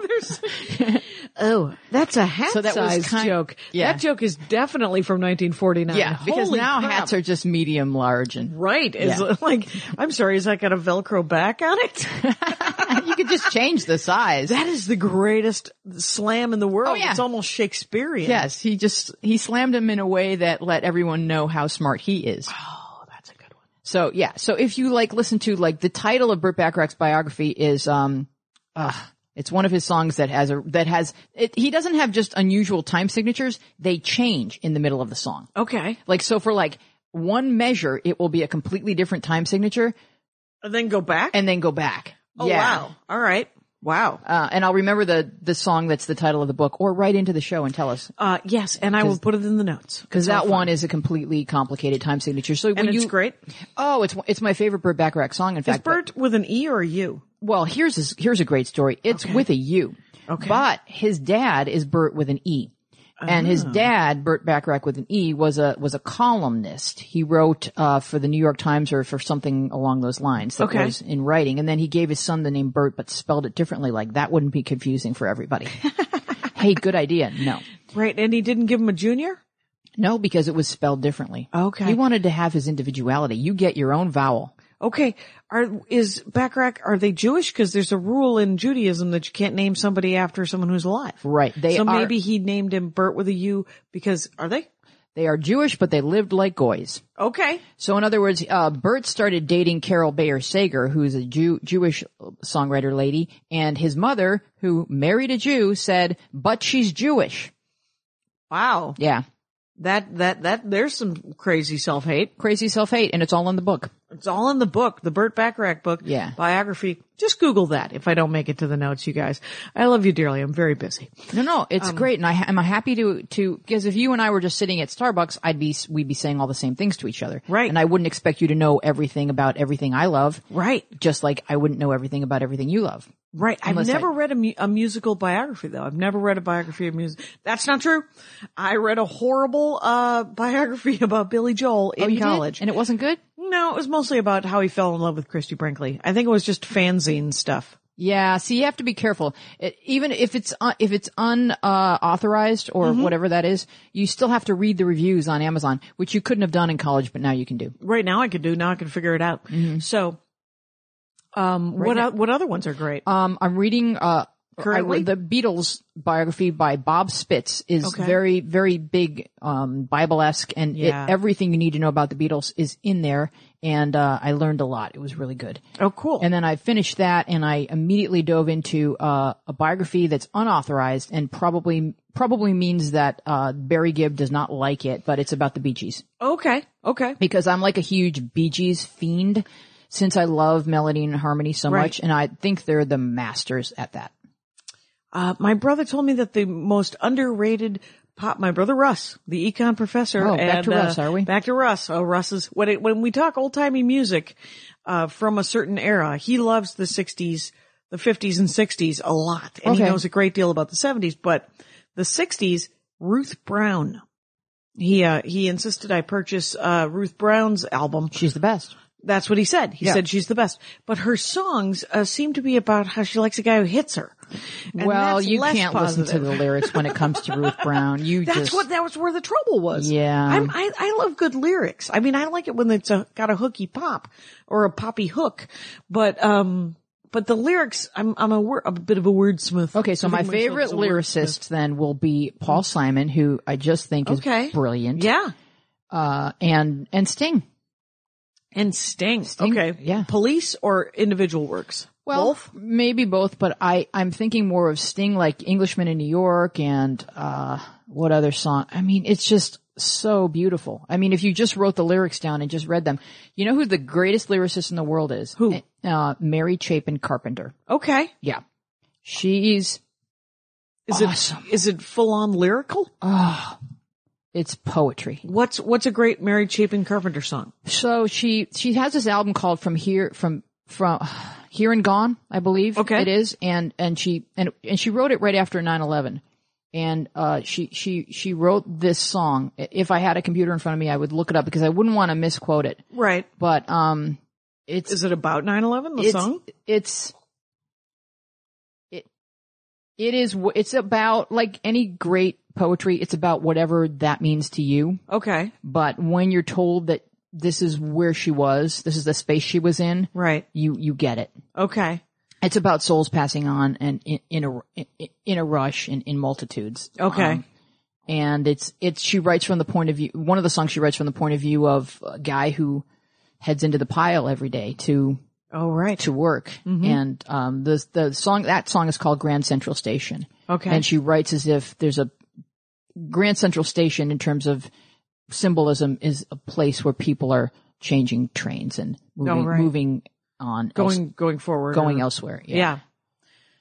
Speaker 3: (laughs) there's- oh, that's a hat
Speaker 4: So that was
Speaker 3: size
Speaker 4: kind-
Speaker 3: joke.
Speaker 4: yeah.
Speaker 3: That joke is definitely from 1949.
Speaker 4: because
Speaker 3: Holy
Speaker 4: now
Speaker 3: crap.
Speaker 4: hats are just medium large, and
Speaker 3: Right is
Speaker 4: Yeah.
Speaker 3: (laughs) like I'm sorry, is that got a Velcro back on it?
Speaker 4: (laughs) you could just change the size.
Speaker 3: That is the greatest slam in the world.
Speaker 4: Oh, yeah.
Speaker 3: It's almost Shakespearean.
Speaker 4: Yes, he just he slammed him in a way that let everyone know how smart he is.
Speaker 3: Oh, that's a good one.
Speaker 4: So yeah, so if you like listen to like the title of Burt Bacharach's biography is um, uh, it's one of his songs that has a that has it, he doesn't have just unusual time signatures; they change in the middle of the song.
Speaker 3: Okay.
Speaker 4: Like so, for like one measure, it will be a completely different time signature,
Speaker 3: And then go back.
Speaker 4: and then go back.
Speaker 3: oh
Speaker 4: yeah.
Speaker 3: wow. All right. Wow.
Speaker 4: Uh, and I'll remember the the song that's the title of the book, or right into the show and tell us
Speaker 3: Uh, yes, and I will put it in the notes.
Speaker 4: because that one is a completely complicated time signature. So when
Speaker 3: And it's
Speaker 4: you
Speaker 3: great.
Speaker 4: oh, it's it's my favorite Burt Bacharach song. In
Speaker 3: Is
Speaker 4: fact, but-
Speaker 3: Bert with an E or a U?
Speaker 4: well, here's a, here's a great story. It's with a U.
Speaker 3: Okay.
Speaker 4: But his dad is Bert with an E. And his
Speaker 3: Ah.
Speaker 4: dad, Bert Bacharach with an E, was a was a columnist. He wrote uh, for the New York Times or for something along those lines that
Speaker 3: Okay.
Speaker 4: was in writing. And then he gave his son the name Bert, but spelled it differently. Like that wouldn't be confusing for
Speaker 3: (laughs)
Speaker 4: everybody. hey, good idea. No,
Speaker 3: Right, and he didn't give him a junior?
Speaker 4: no, because it was spelled differently.
Speaker 3: Okay.
Speaker 4: he wanted to have his individuality. You get your own vowel.
Speaker 3: Okay. Are, is Bacharach, are they Jewish? Cause there's a rule in Judaism that you can't name somebody after someone who's alive.
Speaker 4: Right. They
Speaker 3: so
Speaker 4: are-
Speaker 3: maybe he named him Bert with a U because are they?
Speaker 4: They are Jewish, but they lived like goys.
Speaker 3: Okay.
Speaker 4: So in other words, uh, Bert started dating Carol Bayer Sager, who's a Jew, Jewish songwriter lady, and his mother, who married a Jew, said, but she's Jewish.
Speaker 3: Wow.
Speaker 4: Yeah.
Speaker 3: That, that, that, there's some crazy self-hate.
Speaker 4: Crazy self-hate, and it's all in the book.
Speaker 3: It's all in the book, the Burt Bacharach book.
Speaker 4: Yeah.
Speaker 3: Biography. Just Google that if I don't make it to the notes, you guys. I love you dearly. I'm very busy.
Speaker 4: No, no, it's great, and I, I'm happy to to because if you and I were just sitting at Starbucks, I'd be we'd be saying all the same things to each other,
Speaker 3: Right.
Speaker 4: And I wouldn't expect you to know everything about everything I love,
Speaker 3: Right.
Speaker 4: Just like I wouldn't know everything about everything you love.
Speaker 3: Right. I've
Speaker 4: Unless I-
Speaker 3: never read a, mu- a musical biography though. I've never read a biography of music. That's not true. I read a horrible, uh, biography (laughs) about Billy Joel in
Speaker 4: Oh, You did?
Speaker 3: college.
Speaker 4: and it wasn't good.
Speaker 3: No, it was mostly about how he fell in love with Christy Brinkley. I think it was just fanzine stuff.
Speaker 4: Yeah, see, you have to be careful. It, even if it's uh, if it's unauthorized uh, authorized or whatever that is, you still have to read the reviews on Amazon, which you couldn't have done in college, but now you can do.
Speaker 3: Right now I could do, now I can figure it out. So, um, what,
Speaker 4: Mm-hmm. now-
Speaker 3: o- what other ones are great?
Speaker 4: Um, I'm reading uh,
Speaker 3: Currently?
Speaker 4: I, the Beatles biography by Bob Spitz is
Speaker 3: Okay.
Speaker 4: very, very big, um, Bible esque, and it-
Speaker 3: Yeah.
Speaker 4: everything you need to know about the Beatles is in there. And uh, I learned a lot. It was really good.
Speaker 3: oh, cool.
Speaker 4: And then I finished that, and I immediately dove into uh, a biography that's unauthorized, and probably probably means that uh, Barry Gibb does not like it, but it's about the Bee Gees
Speaker 3: okay. Okay.
Speaker 4: because I'm like a huge Bee Gees fiend since I love melody and harmony so
Speaker 3: Right.
Speaker 4: much, and I think they're the masters at that.
Speaker 3: Uh, my brother told me that the most underrated pop, my brother Russ, the econ professor.
Speaker 4: Oh, back
Speaker 3: and,
Speaker 4: to Russ,
Speaker 3: uh,
Speaker 4: are we?
Speaker 3: Back to Russ. Oh, Russ is, when it, when we talk old timey music, uh, from a certain era, he loves the sixties, the fifties and sixties a lot. And he
Speaker 4: Okay.
Speaker 3: knows a great deal about the seventies, but the sixties, Ruth Brown. He, uh, he insisted I purchase, uh, Ruth Brown's album.
Speaker 4: She's the best.
Speaker 3: That's what he said. He
Speaker 4: Yeah.
Speaker 3: said she's the best, but her songs uh, seem to be about how she likes a guy who hits her. And
Speaker 4: well,
Speaker 3: that's
Speaker 4: you
Speaker 3: less
Speaker 4: can't listen
Speaker 3: positive.
Speaker 4: to the lyrics when it comes
Speaker 3: (laughs)
Speaker 4: to Ruth Brown. You
Speaker 3: That's
Speaker 4: just
Speaker 3: what that was where the trouble was.
Speaker 4: Yeah.
Speaker 3: I'm, I I love good lyrics. I mean, I like it when it's a, got a hooky pop or a poppy hook, but um, but the lyrics, I'm I'm a, wor- a bit of a wordsmith.
Speaker 4: Okay, so
Speaker 3: I
Speaker 4: my
Speaker 3: think myself
Speaker 4: favorite
Speaker 3: as a
Speaker 4: lyricist then will be Paul Simon, who I just think is
Speaker 3: Okay.
Speaker 4: brilliant.
Speaker 3: wordsmith. Yeah,
Speaker 4: Uh, and, and Sting.
Speaker 3: and Sting. Okay,
Speaker 4: yeah.
Speaker 3: Police or individual works.
Speaker 4: Well,
Speaker 3: Both?
Speaker 4: maybe both, but I, I'm thinking more of Sting like Englishman in New York and, uh, what other song? I mean, it's just so beautiful. I mean, if you just wrote the lyrics down and just read them, you know who the greatest lyricist in the world is?
Speaker 3: Who?
Speaker 4: Uh, Mary Chapin Carpenter.
Speaker 3: Okay,
Speaker 4: Yeah. She's,
Speaker 3: is
Speaker 4: Awesome.
Speaker 3: it is it full on lyrical?
Speaker 4: it's poetry.
Speaker 3: What's what's a great Mary Chapin Carpenter song?
Speaker 4: So she she has this album called From Here From From (sighs) Here and Gone, I believe
Speaker 3: Okay.
Speaker 4: it is, and and she and and she wrote it right after 9/11. And uh, she she she wrote this song. If I had a computer in front of me, I would look it up because I wouldn't want to misquote it.
Speaker 3: Right.
Speaker 4: But um, it's
Speaker 3: Is it about 9-11, the
Speaker 4: it's
Speaker 3: song?
Speaker 4: it's it it is wh- it's about like any great poetry. It's about whatever that means to you.
Speaker 3: Okay.
Speaker 4: But when you're told that this is where she was, this is the space she was in,
Speaker 3: Right.
Speaker 4: you, you get it.
Speaker 3: Okay.
Speaker 4: It's about souls passing on and in, in a, in, in a rush and in multitudes.
Speaker 3: Okay.
Speaker 4: Um, and it's, it's, she writes from the point of view, one of the songs she writes from the point of view of a guy who heads into the pile every day to,
Speaker 3: oh, right.
Speaker 4: to work. And, um, the, the song, that song is called Grand Central Station.
Speaker 3: Okay.
Speaker 4: And she writes as if there's a Grand Central Station in terms of symbolism is a place where people are changing trains and moving,
Speaker 3: Oh, right.
Speaker 4: moving on, else-
Speaker 3: going, going forward.
Speaker 4: going
Speaker 3: or-
Speaker 4: elsewhere.
Speaker 3: Yeah.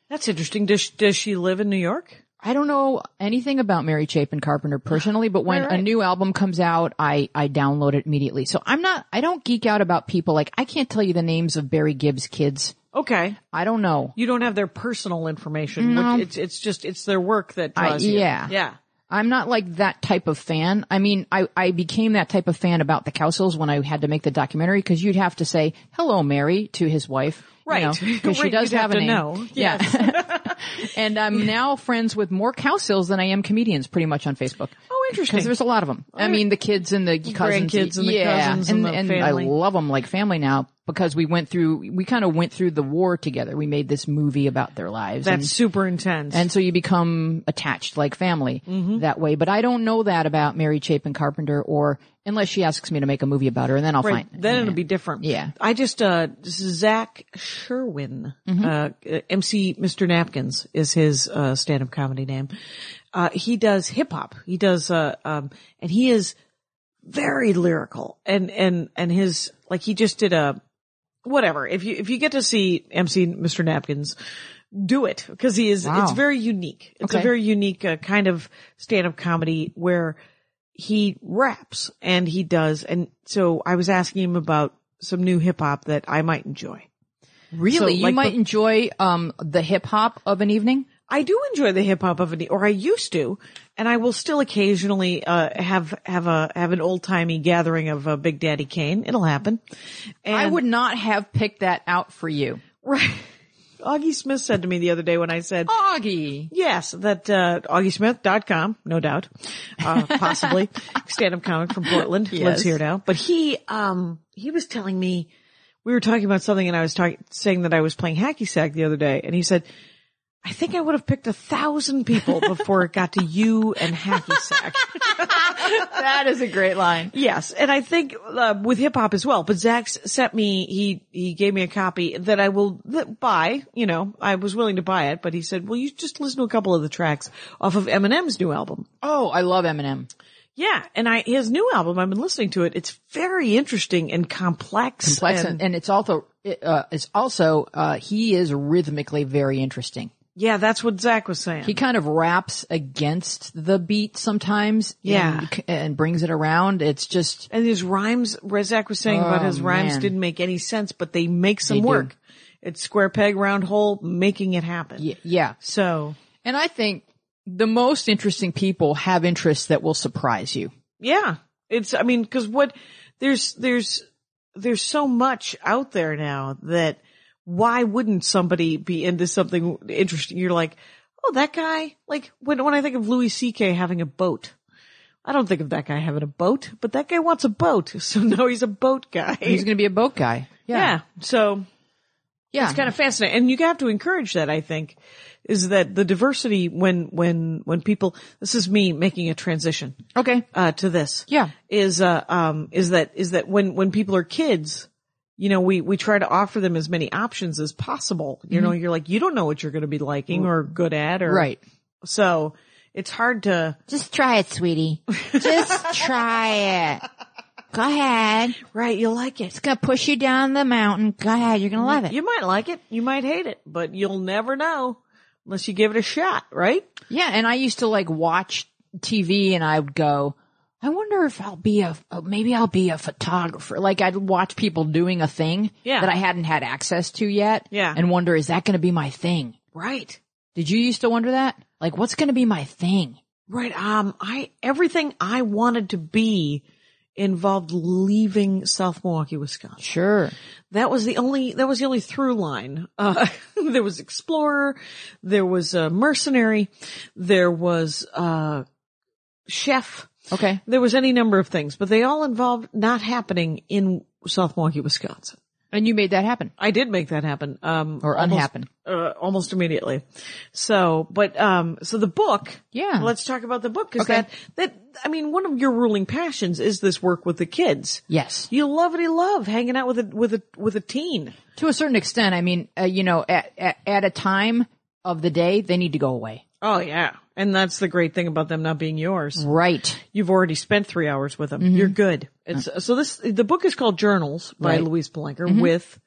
Speaker 3: That's interesting. Does, sh- does she live in New York?
Speaker 4: I don't know anything about Mary Chapin Carpenter personally, but when
Speaker 3: Right, right.
Speaker 4: a new album comes out, I, I download it immediately. So I'm not, I don't geek out about people. Like I can't tell you the names of Barry Gibbs kids.
Speaker 3: Okay.
Speaker 4: I don't know.
Speaker 3: You don't have their personal information. Which it's, it's just, it's their work that
Speaker 4: I-
Speaker 3: draws you.
Speaker 4: yeah.
Speaker 3: Yeah.
Speaker 4: I'm not like that type of fan. I mean, I, I became that type of fan about the Cowsills when I had to make the documentary because you'd have to say hello, Mary, to his wife.
Speaker 3: Right.
Speaker 4: Because
Speaker 3: (laughs)
Speaker 4: she
Speaker 3: Right,
Speaker 4: does
Speaker 3: you'd have
Speaker 4: have, a
Speaker 3: to
Speaker 4: name.
Speaker 3: know.
Speaker 4: Yeah. (laughs) and I'm now friends with more cow sills than I am comedians pretty much on Facebook.
Speaker 3: Oh, interesting.
Speaker 4: Because there's a lot of them. I mean, the kids and the cousins.
Speaker 3: grandkids and the
Speaker 4: yeah,
Speaker 3: cousins and the family.
Speaker 4: I love them like family now because we went through, we kind of went through the war together. We made this movie about their lives.
Speaker 3: That's
Speaker 4: and,
Speaker 3: super intense.
Speaker 4: and so you become attached like family
Speaker 3: Mm-hmm.
Speaker 4: that way. But I don't know that about Mary Chapin Carpenter or unless she asks me to make a movie about her and then I'll
Speaker 3: Right.
Speaker 4: find
Speaker 3: Then it'll be different.
Speaker 4: Yeah.
Speaker 3: I just, uh, Zach Sherwin,
Speaker 4: Mm-hmm.
Speaker 3: uh, MC Mr. Napkins is his, uh, stand-up comedy name. Uh, he does hip hop. He does, uh, um, and he is very lyrical and, and, and his, like he just did a, whatever. If you, if you get to see MC Mr. Napkins, do it because he is,
Speaker 4: Wow.
Speaker 3: it's very unique. It's a
Speaker 4: Okay.
Speaker 3: very unique uh, kind of stand-up comedy where, he raps and he does. And so I was asking him about some new hip hop that I might enjoy.
Speaker 4: Really?
Speaker 3: So,
Speaker 4: you
Speaker 3: like
Speaker 4: might
Speaker 3: the-
Speaker 4: enjoy um the hip hop of an evening?
Speaker 3: I do enjoy the hip hop of it, or I used to, and I will still occasionally uh, have have a have an old timey gathering of uh, Big Daddy Kane. It'll happen. And,
Speaker 4: I would not have picked that out for you.
Speaker 3: Right. (laughs) Augie Smith said to me the other day when I said,
Speaker 4: Augie.
Speaker 3: Yes, that uh, AugieSmith.com, no doubt, uh, possibly stand-up comic from Portland lives
Speaker 4: Yes.
Speaker 3: here now. But he um he was telling me we were talking about something, and I was talking saying that I was playing hacky sack the other day, and he said, "I think I would have picked a thousand people before it got to you and hacky sack."
Speaker 4: (laughs) That is a great line.
Speaker 3: Yes, and I think uh, with hip hop as well. But Zach sent me he he gave me a copy that I will that buy. You know, I was willing to buy it, but he said, "Well, you just listen to a couple of the tracks off of Eminem's new album."
Speaker 4: Oh, I love Eminem.
Speaker 3: Yeah, and I his new album. I've been listening to it. It's very interesting and complex.
Speaker 4: Complex
Speaker 3: and-
Speaker 4: and, and it's also it, uh, it's also uh he is rhythmically very interesting.
Speaker 3: yeah, that's what Zach was saying.
Speaker 4: He kind of raps against the beat sometimes.
Speaker 3: Yeah.
Speaker 4: And, and brings it around. It's just
Speaker 3: and his rhymes, Rezak was saying about
Speaker 4: Oh,
Speaker 3: his rhymes
Speaker 4: man.
Speaker 3: didn't make any sense, but they make some
Speaker 4: They do.
Speaker 3: work. It's square peg, round hole, making it happen.
Speaker 4: y- yeah.
Speaker 3: So
Speaker 4: And I think the most interesting people have interests that will surprise you.
Speaker 3: Yeah. It's, I mean, cause what, there's, there's, there's so much out there now that why wouldn't somebody be into something interesting? You're like, oh, that guy, like when, when I think of Louis CK having a boat, I don't think of that guy having a boat, but that guy wants a boat. (laughs) So now he's a boat guy.
Speaker 4: He's going to be a boat guy.
Speaker 3: yeah. So
Speaker 4: Yeah.
Speaker 3: it's kind of fascinating. And you have to encourage that, I think, is that the diversity when, when, when people, this is me making a transition
Speaker 4: okay.
Speaker 3: uh, to this.
Speaker 4: Yeah.
Speaker 3: Is, uh, um, is that, is that when, when people are kids, you know, we, we try to offer them as many options as possible. You know, you're like, you don't know what you're going to be liking or good at or,
Speaker 4: Right.
Speaker 3: So it's hard to,
Speaker 2: Just try it, sweetie. Just try it. Go ahead.
Speaker 3: right? You'll like it.
Speaker 2: It's gonna push you down the mountain. Go ahead. You're gonna love it.
Speaker 3: You might like it. You might hate it, but you'll never know unless you give it a shot, right?
Speaker 4: Yeah, and I used to like watch TV and I would go, I wonder if I'll be a, oh, maybe I'll be a photographer. Like I'd watch people doing a thing
Speaker 3: Yeah.
Speaker 4: that I hadn't had access to yet.
Speaker 3: Yeah.
Speaker 4: And wonder, is that going to be my thing?
Speaker 3: Right.
Speaker 4: Did you used to wonder that? Like what's going to be my thing?
Speaker 3: Right. Um, I, everything I wanted to be involved leaving South Milwaukee, Wisconsin.
Speaker 4: Sure.
Speaker 3: that was the only that was the only through line. Uh, (laughs) there was explorer, there was uh, mercenary, there was uh, chef,
Speaker 4: Okay.
Speaker 3: there was any number of things, but they all involved not happening in South Milwaukee, Wisconsin.
Speaker 4: And you made that happen
Speaker 3: I did make that happen, um,
Speaker 4: or
Speaker 3: almost-
Speaker 4: unhappen.
Speaker 3: uh, almost immediately. So, but um, so the book,
Speaker 4: Yeah.
Speaker 3: Let's talk about the book because
Speaker 4: Okay.
Speaker 3: that that I mean, one of your ruling passions is this work with the kids.
Speaker 4: Yes.
Speaker 3: You love it. You love hanging out with a with a with a teen.
Speaker 4: To a certain extent, I mean, uh, you know, at, at at a time of the day, they need to go away.
Speaker 3: Oh yeah. And that's the great thing about them not being yours.
Speaker 4: Mm-hmm. Right.
Speaker 3: You've already spent three hours with them.
Speaker 4: Mm-hmm.
Speaker 3: You're good. It's so this, the book is called Journals by
Speaker 4: Right. Mm-hmm.
Speaker 3: Louise Palenker with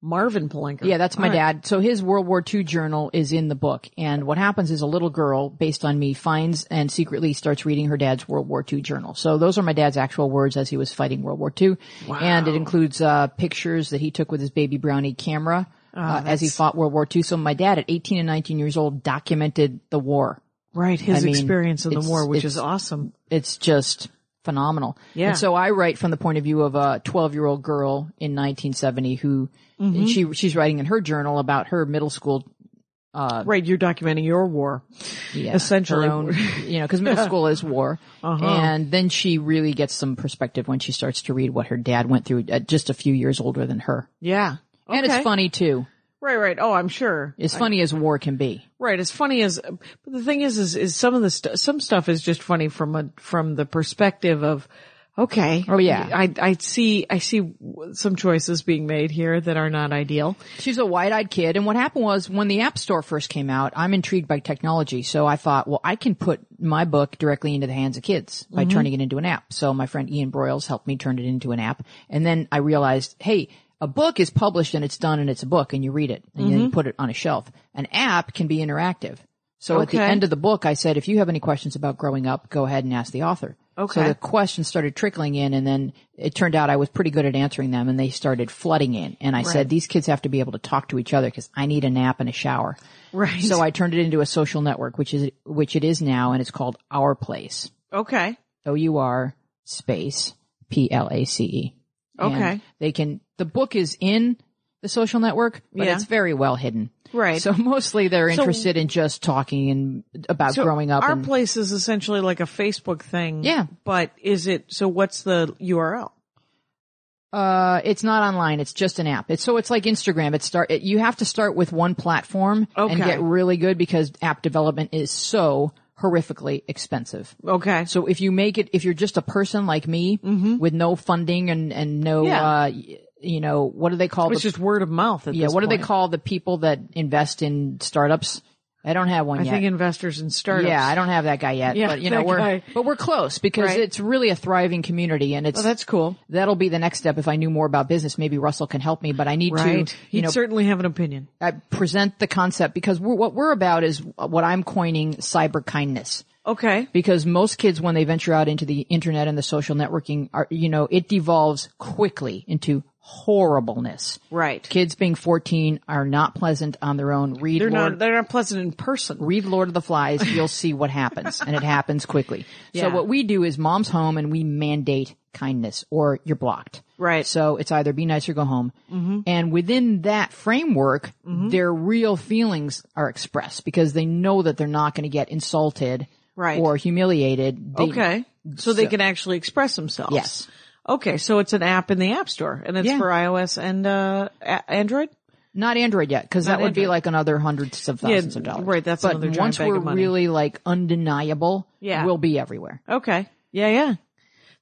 Speaker 3: Marvin Palenker.
Speaker 4: Yeah, that's my
Speaker 3: All right.
Speaker 4: dad. So his World War II journal is in the book. And what happens is a little girl, based on me, finds and secretly starts reading her dad's World War II journal. So those are my dad's actual words as he was fighting World War II. And it includes uh, pictures that he took with his baby brownie camera
Speaker 3: Oh,
Speaker 4: uh, as he fought World War II. So my dad at 18 and 19 years old documented the war.
Speaker 3: Right. His
Speaker 4: I mean,
Speaker 3: experience in the
Speaker 4: it's-
Speaker 3: war, which
Speaker 4: it's-
Speaker 3: is awesome.
Speaker 4: It's just phenomenal.
Speaker 3: Yeah.
Speaker 4: And so I write from the point of view of a 12 year old girl in 1970 who,
Speaker 3: Mm-hmm.
Speaker 4: and she, she's writing in her journal about her middle school
Speaker 3: Right, you're documenting your war.
Speaker 4: yeah,
Speaker 3: Essentially.
Speaker 4: her own, (laughs) you know, because middle school is war, and then she really gets some perspective when she starts to read what her dad went through, at just a few years older than her,
Speaker 3: Yeah.
Speaker 4: and it's
Speaker 3: Okay.
Speaker 4: funny too,
Speaker 3: Right, right. Oh, I'm sure.
Speaker 4: as funny as war can be.
Speaker 3: Right. As funny as, but the thing is, is, is some of the stu some stuff is just funny from a, from the perspective of, okay.
Speaker 4: Oh, yeah.
Speaker 3: I, I see, I see w- some choices being made here that are not ideal.
Speaker 4: She's a wide-eyed kid, and what happened was when the App Store first came out, I'm intrigued by technology, so I thought, well, I can put my book directly into the hands of kids by turning it into an app. So my friend Ian Broyles helped me turn it into an app, and then I realized, hey. A book is published and it's done and it's a book and you read it and then you put it on a shelf. An app can be interactive. So at the
Speaker 3: Okay.
Speaker 4: end of the book, I said, if you have any questions about growing up, go ahead and ask the author.
Speaker 3: Okay.
Speaker 4: So the questions started trickling in and then it turned out I was pretty good at answering them and they started flooding in. And I said, these kids have to be able to talk to each other because I need a nap and a shower.
Speaker 3: Right.
Speaker 4: So I turned it into a social network, which is, which it is now and it's called Our Place.
Speaker 3: Okay.
Speaker 4: O-U-R space P-L-A-C-E. E. And
Speaker 3: Okay.
Speaker 4: they can, the book is in the social network, but
Speaker 3: Yeah.
Speaker 4: it's very well hidden.
Speaker 3: Right.
Speaker 4: So (laughs) mostly they're interested in just talking and about growing up.
Speaker 3: Our
Speaker 4: and,
Speaker 3: place is essentially like a Facebook thing.
Speaker 4: Yeah.
Speaker 3: But is it, so what's the URL?
Speaker 4: Uh, it's not online. It's just an app. It's so it's like Instagram. It start. It, you have to start with one platform
Speaker 3: Okay.
Speaker 4: and get really good because app development is so horrifically expensive.
Speaker 3: Okay. So,
Speaker 4: So if you make it, if you're just a person like me with no funding and and no,
Speaker 3: Mm-hmm. Yeah.
Speaker 4: uh, y- you know, what do they call
Speaker 3: it's
Speaker 4: the
Speaker 3: just word of mouth at
Speaker 4: yeah?
Speaker 3: this
Speaker 4: What do they
Speaker 3: point.
Speaker 4: call the people that invest in startups? I don't have one
Speaker 3: I
Speaker 4: yet.
Speaker 3: think investors and startups.
Speaker 4: yeah, I don't have that guy yet.
Speaker 3: Yeah,
Speaker 4: but you know,
Speaker 3: that
Speaker 4: we're
Speaker 3: guy.
Speaker 4: but we're close because
Speaker 3: Right.
Speaker 4: it's really a thriving community and it's
Speaker 3: Well, Oh, that's cool.
Speaker 4: that'll be the next step. If I knew more about business, maybe Russell can help me, but I need
Speaker 3: Right. You'd
Speaker 4: to, you know,
Speaker 3: certainly have an opinion.
Speaker 4: uh present the concept because we're, what we're about is what I'm coining cyber kindness.
Speaker 3: Okay.
Speaker 4: Because most kids, when they venture out into the internet and the social networking, are, you know, it devolves quickly into horribleness.
Speaker 3: Right.
Speaker 4: Kids being 14 are not pleasant on their own. Read
Speaker 3: They're
Speaker 4: Lord,
Speaker 3: not, they're not pleasant in person.
Speaker 4: read Lord of the Flies. You'll see what happens and it happens quickly.
Speaker 3: Yeah.
Speaker 4: So what we do is mom's home and we mandate kindness or you're blocked.
Speaker 3: Right. Mm-hmm.
Speaker 4: So it's either be nice or go home. And within that framework, their real feelings are expressed because they know that they're not going to get insulted
Speaker 3: Right.
Speaker 4: or humiliated. They-
Speaker 3: Okay. So, they can actually express themselves.
Speaker 4: Yes.
Speaker 3: Okay. So it's an app in the App Store and it's
Speaker 4: Yeah.
Speaker 3: for iOS and, uh, a- Android?
Speaker 4: Not Android yet, because that would be
Speaker 3: Android.
Speaker 4: like another hundreds of thousands of dollars.
Speaker 3: right, that's
Speaker 4: but
Speaker 3: another giant
Speaker 4: once
Speaker 3: bag
Speaker 4: we're
Speaker 3: of money.
Speaker 4: really like undeniable,
Speaker 3: Yeah.
Speaker 4: we'll be everywhere.
Speaker 3: Okay. Yeah. Yeah.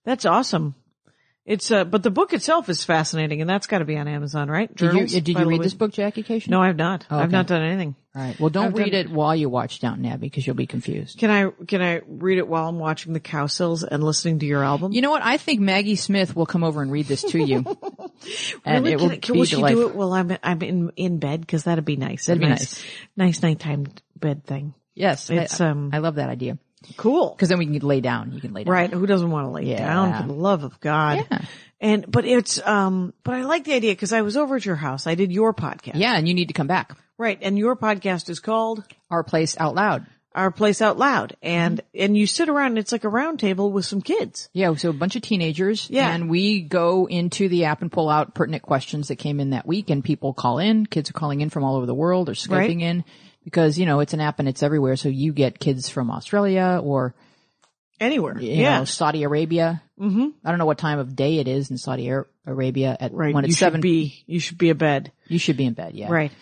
Speaker 3: That's awesome. It's, uh, but the book itself is fascinating and that's got to be on Amazon, right?
Speaker 4: Did you,
Speaker 3: Journals
Speaker 4: did
Speaker 3: by
Speaker 4: you read
Speaker 3: Louise-
Speaker 4: this book, Jackie Cation?
Speaker 3: No, I've not. I've
Speaker 4: okay.
Speaker 3: not done anything.
Speaker 4: All right. Well, don't
Speaker 3: I've
Speaker 4: read
Speaker 3: done-
Speaker 4: it while you watch Downton Abbey because you'll be confused.
Speaker 3: Can I, can I read it while I'm watching the cow sills and listening to your album?
Speaker 4: You know what? I think Maggie Smith will come over and read this to (laughs) you, and
Speaker 3: Really?
Speaker 4: it will
Speaker 3: can, can,
Speaker 4: be
Speaker 3: will she do
Speaker 4: delightful.
Speaker 3: it while I'm I'm in in bed? Because that'd be nice.
Speaker 4: That'd be
Speaker 3: nice. Nice nighttime bed thing.
Speaker 4: Yes,
Speaker 3: It's,
Speaker 4: I,
Speaker 3: um,
Speaker 4: I love that idea
Speaker 3: Cool.
Speaker 4: because then we can lay down. You can lay down.
Speaker 3: Right? Who doesn't want to lay
Speaker 4: Yeah.
Speaker 3: down for the love of God?
Speaker 4: Yeah.
Speaker 3: And but it's um but I like the idea because I was over at your house. I did your podcast.
Speaker 4: Yeah, and you need to come back.
Speaker 3: Right. And your podcast is called
Speaker 4: Our place out loud.
Speaker 3: Our Place Out Loud. And
Speaker 4: Mm-hmm.
Speaker 3: and you sit around and it's like a round table with some kids.
Speaker 4: Yeah, so a bunch of teenagers.
Speaker 3: Yeah.
Speaker 4: And we go into the app and pull out pertinent questions that came in that week and people call in. Kids are calling in from all over the world or Skyping
Speaker 3: Right.
Speaker 4: in because, you know, it's an app and it's everywhere. So you get kids from Australia or,
Speaker 3: Anywhere.
Speaker 4: you
Speaker 3: yeah.
Speaker 4: know, Saudi Arabia. Mm-hmm. I don't know what time of day it is in Saudi Ar- Arabia at
Speaker 3: right.
Speaker 4: when
Speaker 3: you
Speaker 4: it's seven.
Speaker 3: should be you should be abed.
Speaker 4: you should be in bed. Yeah.
Speaker 3: Right.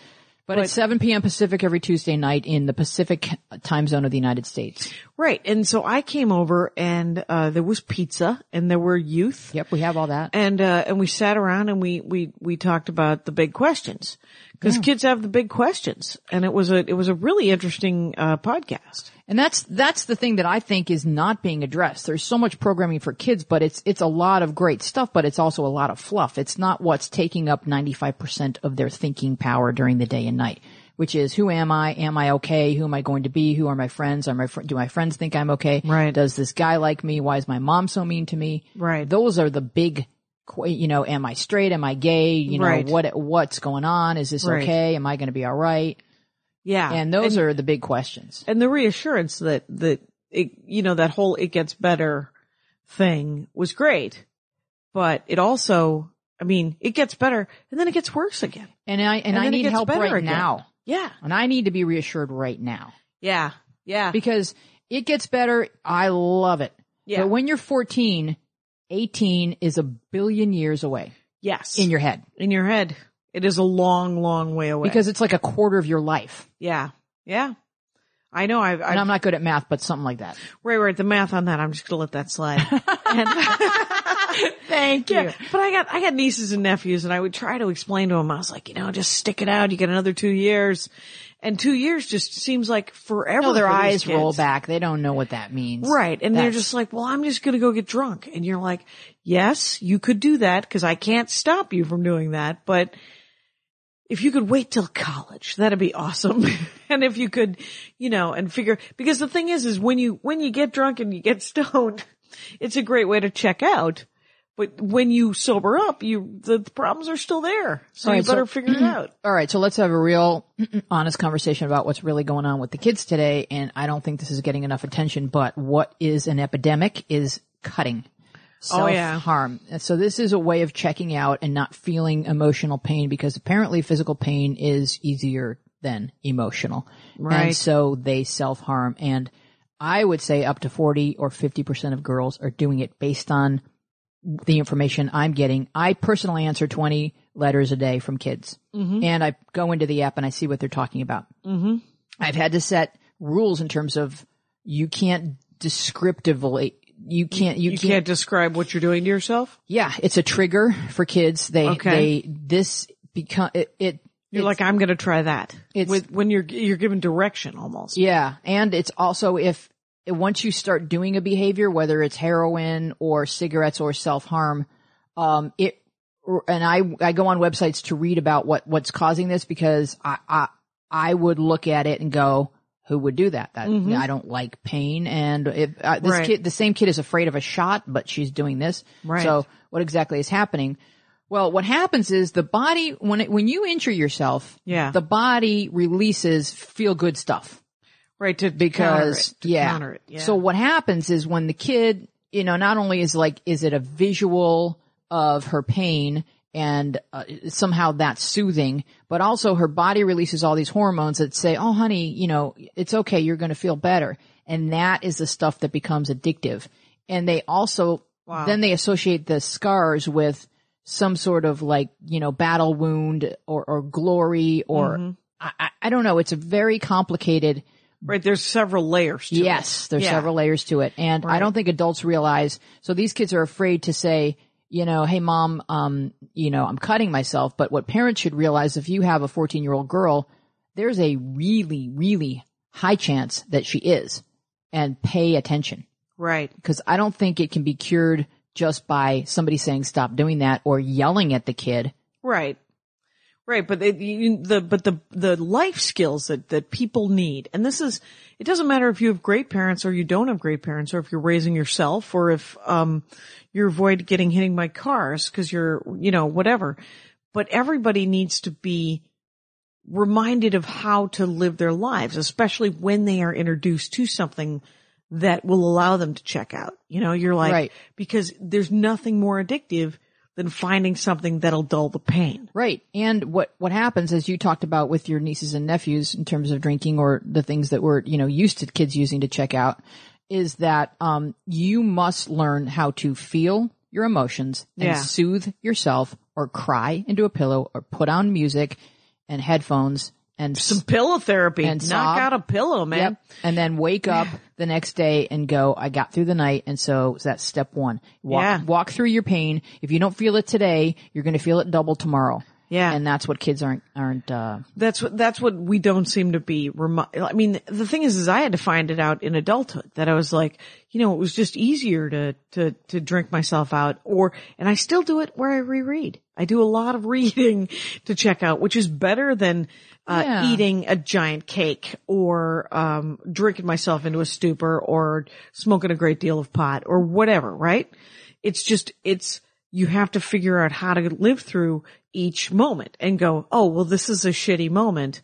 Speaker 4: But, it's 7 p.m. Pacific every Tuesday night in the Pacific time zone of the United States.
Speaker 3: Right. And so I came over and uh there was pizza and there were youth.
Speaker 4: Yep. We have all that.
Speaker 3: and uh, and we sat around and we we we talked about the big questions because kids have the big questions, and it was a it was a really interesting uh, podcast.
Speaker 4: And that's that's the thing that I think is not being addressed. There's so much programming for kids, but it's it's a lot of great stuff, but it's also a lot of fluff. It's not what's taking up 95% of their thinking power during the day and night, which is who am I? Am I okay? Who am I going to be? Who are my friends? Are my fr- do my friends think I'm okay?
Speaker 3: Right.
Speaker 4: Does this guy like me? Why is my mom so mean to me?
Speaker 3: Right.
Speaker 4: Those are the big qu- you know, am I straight? Am I gay? You know,
Speaker 3: Right.
Speaker 4: what what's going on? Is this
Speaker 3: Right.
Speaker 4: okay? Am I going to be all right?
Speaker 3: Yeah,
Speaker 4: And those are the big questions.
Speaker 3: and the reassurance that that it, you know that whole it gets better thing was great, but it also, I mean, it gets better and then it gets worse again.
Speaker 4: And I, and,
Speaker 3: And
Speaker 4: I
Speaker 3: then it
Speaker 4: need
Speaker 3: gets
Speaker 4: help
Speaker 3: better
Speaker 4: right
Speaker 3: again.
Speaker 4: now.
Speaker 3: Yeah.
Speaker 4: And I need to be reassured right now
Speaker 3: Yeah. Yeah.
Speaker 4: because it gets better. I love it.
Speaker 3: Yeah.
Speaker 4: But when you're 14, 18 is a billion years away
Speaker 3: yes.
Speaker 4: in your head
Speaker 3: in your head. It is a long, long way away.
Speaker 4: because it's like a quarter of your life.
Speaker 3: yeah. Yeah. I know I've,
Speaker 4: And
Speaker 3: I've
Speaker 4: I'm not good at math, but something like that.
Speaker 3: right, right. The math on that, I'm just going to let that slide. (laughs) And-
Speaker 4: Thank
Speaker 3: Yeah, but I got I got nieces and nephews, and I would try to explain to them. I was like, you know, just stick it out. You got another two years, and two years just seems like forever.
Speaker 4: No, their
Speaker 3: for these
Speaker 4: eyes
Speaker 3: kids.
Speaker 4: roll back. They don't know what that means.
Speaker 3: right? And they're
Speaker 4: That's-
Speaker 3: just like, well, I'm just gonna go get drunk, and you're like, yes, you could do that because I can't stop you from doing that, but. If you could wait till college, that'd be awesome. (laughs) and if you could, you know, and figure, because the thing is, is when you, when you get drunk and you get (laughs) stoned, it's a great way to check out. But when you sober up, you the, the problems are still there. So
Speaker 4: All
Speaker 3: you
Speaker 4: right, so-
Speaker 3: better
Speaker 4: (clears throat)
Speaker 3: figure it out.
Speaker 4: All right, so let's have a real honest conversation about what's really going on with the kids today. And I don't think this is getting enough attention, but what is an epidemic is cutting.
Speaker 3: Oh,
Speaker 4: Self
Speaker 3: yeah.
Speaker 4: harm. So this is a way of checking out and not feeling emotional pain because apparently physical pain is easier than emotional.
Speaker 3: Right.
Speaker 4: And so they self harm. And I would say up to 40 or 50% of girls are doing it based on the information I'm getting. I personally answer 20 letters a day from kids and I go into the app and I see what they're talking about. Mm-hmm. I've had to set rules in terms of you can't descriptively, you can't, you,
Speaker 3: You
Speaker 4: can't
Speaker 3: can't describe what you're doing to yourself.
Speaker 4: yeah, it's a trigger for kids. They
Speaker 3: Okay.
Speaker 4: they this become it. it
Speaker 3: You're like, I'm going to try that.
Speaker 4: it's-
Speaker 3: With, when you're you're given direction almost.
Speaker 4: yeah, and it's also if once you start doing a behavior, whether it's heroin or cigarettes or self harm, um, it and I I go on websites to read about what what's causing this because I I, I would look at it and go. Who would do that? That I don't like pain, and if uh, this
Speaker 3: Mm-hmm. Right.
Speaker 4: kid, the same kid, is afraid of a shot, but she's doing this.
Speaker 3: Right.
Speaker 4: So what exactly is happening? Well, what happens is the body when it, when you injure yourself,
Speaker 3: Yeah.
Speaker 4: the body releases feel good stuff
Speaker 3: Right. To
Speaker 4: because
Speaker 3: counter it, to
Speaker 4: yeah.
Speaker 3: counter it. Yeah.
Speaker 4: So what happens is when the kid, you know, not only is like is it a visual of her pain and uh, somehow that's soothing, but also her body releases all these hormones that say, "Oh honey, you know, it's okay, you're going to feel better." And that is the stuff that becomes addictive. And they also then they associate the scars with some sort of like, you know, battle wound or or glory or I, I, I don't know, it's a very complicated
Speaker 3: right. There's several layers. to it.
Speaker 4: Yes, there's
Speaker 3: Yeah.
Speaker 4: several layers to it, and I don't think adults realize. So these kids are afraid to say, you know, hey mom, um, you know, I'm cutting myself. But what parents should realize if you have a 14 year old girl, there's a really, really high chance that she is, and pay attention
Speaker 3: Right.
Speaker 4: because I don't think it can be cured just by somebody saying stop doing that or yelling at the kid.
Speaker 3: Right. Right, but it, you, the but the the life skills that that people need, and this is it doesn't matter if you have great parents or you don't have great parents, or if you're raising yourself, or if um you avoid getting hitting by cars because you're you know whatever, but everybody needs to be reminded of how to live their lives, especially when they are introduced to something that will allow them to check out. You know, you're like
Speaker 4: Right.
Speaker 3: because there's nothing more addictive than finding something that'll dull the pain.
Speaker 4: Right. And what, what happens as you talked about with your nieces and nephews in terms of drinking or the things that we're, you know, used to kids using to check out is that, um, you must learn how to feel your emotions and
Speaker 3: Yeah.
Speaker 4: soothe yourself or cry into a pillow or put on music and headphones and
Speaker 3: Some pillow therapy.
Speaker 4: And
Speaker 3: Knock
Speaker 4: sob.
Speaker 3: out a pillow, man.
Speaker 4: Yep. And then wake up the next day and go, I got through the night. And so that's step one. Walk,
Speaker 3: Yeah.
Speaker 4: walk through your pain. If you don't feel it today, you're going to feel it double tomorrow.
Speaker 3: Yeah.
Speaker 4: And that's what kids aren't, aren't, uh,
Speaker 3: That's what, that's what we don't seem to be remi- I mean, the thing is, is I had to find it out in adulthood that I was like, you know, it was just easier to, to, to drink myself out or, and I still do it where I reread. I do a lot of (laughs) reading to check out, which is better than, uh,
Speaker 4: Yeah.
Speaker 3: eating a giant cake or, um, drinking myself into a stupor or smoking a great deal of pot or whatever, right? It's just, it's, you have to figure out how to live through each moment and go, oh, well, this is a shitty moment.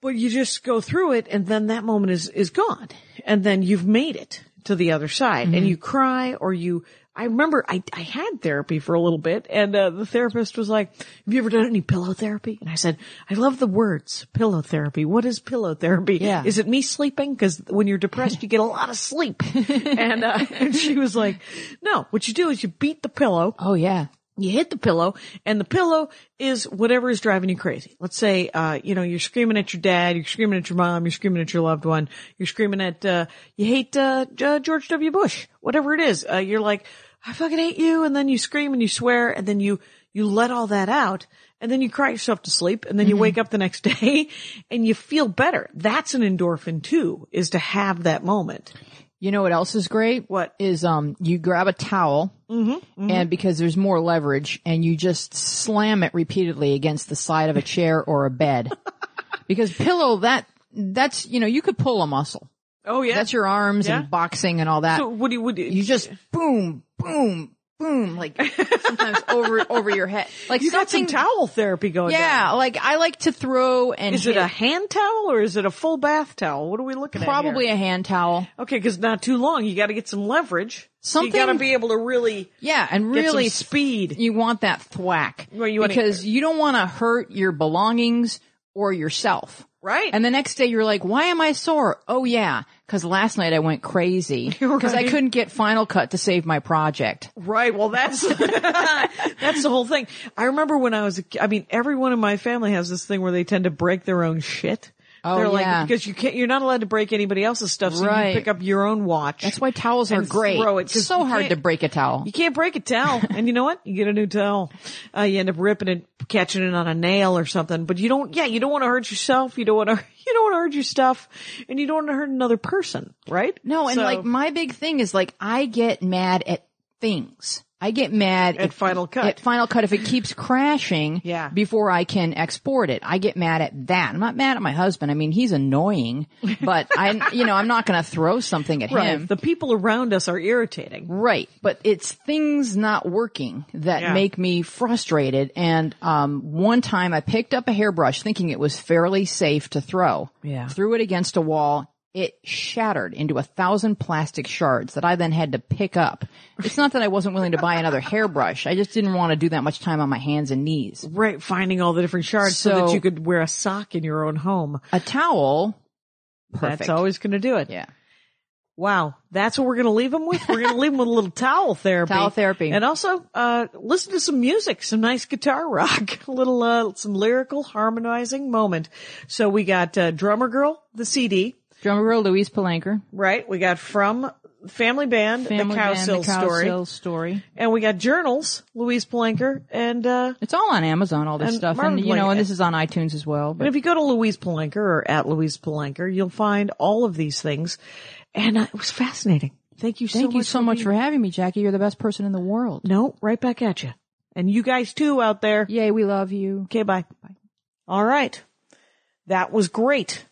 Speaker 3: But you just go through it and then that moment is, is gone. And then you've made it. to the other side and you cry or you, I remember I, I had therapy for a little bit and uh, the therapist was like, have you ever done any pillow therapy? And I said, I love the words pillow therapy. What is pillow therapy?
Speaker 4: Yeah.
Speaker 3: Is it me sleeping? Cause when you're depressed, you get a lot of sleep. and, uh, and she was like, no, what you do is you beat the pillow
Speaker 4: Oh yeah.
Speaker 3: you hit the pillow and the pillow is whatever is driving you crazy. Let's say, uh, you know, you're screaming at your dad, you're screaming at your mom, you're screaming at your loved one, you're screaming at, uh, you hate, uh, J- uh, George W. Bush, whatever it is. Uh, you're like, I fucking hate you. And then you scream and you swear and then you, you let all that out and then you cry yourself to sleep and then you wake up the next (laughs) day and you feel better. That's an endorphin too, is to have that moment.
Speaker 4: You know what else is great?
Speaker 3: What? Mm-hmm,
Speaker 4: is um you grab a towel and because there's more leverage and you just slam it repeatedly against the side of a chair or a bed. (laughs) because pillow that that's you know you could pull a muscle.
Speaker 3: Oh yeah.
Speaker 4: That's your arms
Speaker 3: Yeah.
Speaker 4: and boxing and all that.
Speaker 3: so what do you, what do
Speaker 4: you just boom boom boom like
Speaker 3: (laughs)
Speaker 4: sometimes over over your head. Like
Speaker 3: you got
Speaker 4: something
Speaker 3: some towel therapy going on.
Speaker 4: Yeah, like I like to throw and
Speaker 3: Is it
Speaker 4: hit-
Speaker 3: a hand towel or is it a full bath towel? What are we looking at?
Speaker 4: probably
Speaker 3: here?
Speaker 4: a hand towel.
Speaker 3: Okay, because not too long. You got to get some leverage. So you
Speaker 4: Something-
Speaker 3: got to be able to really
Speaker 4: Yeah, and
Speaker 3: get
Speaker 4: really
Speaker 3: some speed.
Speaker 4: you want that thwack
Speaker 3: Well, you wanna-
Speaker 4: because you don't want to hurt your belongings or yourself.
Speaker 3: Right.
Speaker 4: And the next day you're like, why am I sore? Oh yeah, because last night I went
Speaker 3: (laughs)
Speaker 4: crazy because I
Speaker 3: Right.
Speaker 4: couldn't get Final Cut to save my project.
Speaker 3: Right. Well,
Speaker 4: (laughs)
Speaker 3: that's (laughs) that's the whole thing. I remember when I was. a ki- I mean, everyone in my family has this thing where they tend to break their own shit.
Speaker 4: Oh,
Speaker 3: They're
Speaker 4: yeah.
Speaker 3: like because you can't. You're not allowed to break anybody else's stuff, so
Speaker 4: Right.
Speaker 3: you pick up your own watch.
Speaker 4: That's why towels are
Speaker 3: And
Speaker 4: great.
Speaker 3: throw it, 'cause
Speaker 4: it's so
Speaker 3: you
Speaker 4: hard
Speaker 3: can't-
Speaker 4: to break a towel.
Speaker 3: You can't break a
Speaker 4: (laughs)
Speaker 3: towel. and you know what? You get a new towel. Uh, you end up ripping it, catching it on a nail or something, but you don't, yeah, you don't want to hurt yourself. You don't want to, (laughs) you don't want to hurt your stuff and you don't want to hurt another person, right?
Speaker 4: No, and
Speaker 3: So,
Speaker 4: like my big thing is like I get mad at things. I get mad
Speaker 3: At Final Cut.
Speaker 4: At Final Cut if it keeps crashing
Speaker 3: (laughs) Yeah.
Speaker 4: before I can export it. I get mad at that. I'm not mad at my husband. I mean, he's annoying, but I you know, I'm not going to throw something
Speaker 3: (laughs)
Speaker 4: at
Speaker 3: right,
Speaker 4: him.
Speaker 3: the people around us are irritating.
Speaker 4: Right, but it's things not working that
Speaker 3: Yeah.
Speaker 4: make me frustrated. And um, one time, I picked up a hairbrush thinking it was fairly safe to throw.
Speaker 3: Yeah.
Speaker 4: threw it against a wall. It shattered into a thousand plastic shards that I then had to pick up. It's not that I wasn't willing to buy another hairbrush. I just didn't want to do that much time on my hands and knees.
Speaker 3: Right. Finding all the different shards so, that
Speaker 4: So-
Speaker 3: you could wear a sock in your own home.
Speaker 4: A towel, perfect.
Speaker 3: That's always going to do it.
Speaker 4: yeah.
Speaker 3: Wow. That's what we're going to leave them with. We're going to leave them with a little towel therapy.
Speaker 4: Towel therapy.
Speaker 3: And also, uh, listen to some music, some nice guitar rock, (laughs) a little, uh, some lyrical harmonizing moment. So we got, uh, Drummer Girl, the CD,
Speaker 4: Drummer girl Louise Palanker.
Speaker 3: right? We got From Family Band,
Speaker 4: Family
Speaker 3: the Cow
Speaker 4: Band,
Speaker 3: Sill
Speaker 4: the cow
Speaker 3: Story.
Speaker 4: Sill story.
Speaker 3: And we got Journals, Louise Palanker, and, uh,
Speaker 4: It's all on Amazon, all this
Speaker 3: And
Speaker 4: stuff,
Speaker 3: Marvin
Speaker 4: and you know,
Speaker 3: Blake-
Speaker 4: and this is on iTunes as well. But
Speaker 3: And if you go to Louise Palanker or at Louise Palanker, you'll find all of these things. And uh, it was fascinating. Thank you so
Speaker 4: Thank
Speaker 3: much.
Speaker 4: you so much
Speaker 3: being-
Speaker 4: for having me, Jackie. You're the best person in the world.
Speaker 3: No, right back at you. And you guys too out there.
Speaker 4: Yay, we love you.
Speaker 3: Okay, bye. All right. That was great.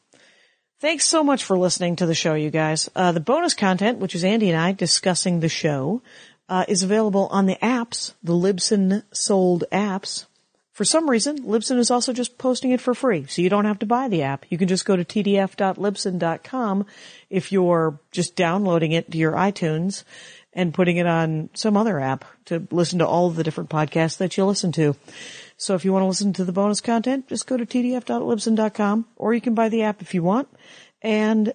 Speaker 3: Thanks so much for listening to the show, you guys. Uh, the bonus content, which is Andy and I discussing the show, uh, is available on the apps, the Libsyn sold apps. For some reason, Libsyn is also just posting it for free, so you don't have to buy the app. You can just go to tdf.libsyn.com if you're just downloading it to your iTunes and putting it on some other app to listen to all of the different podcasts that you listen to. So if you want to listen to the bonus content, just go to tdf.libsyn.com or you can buy the app if you want. And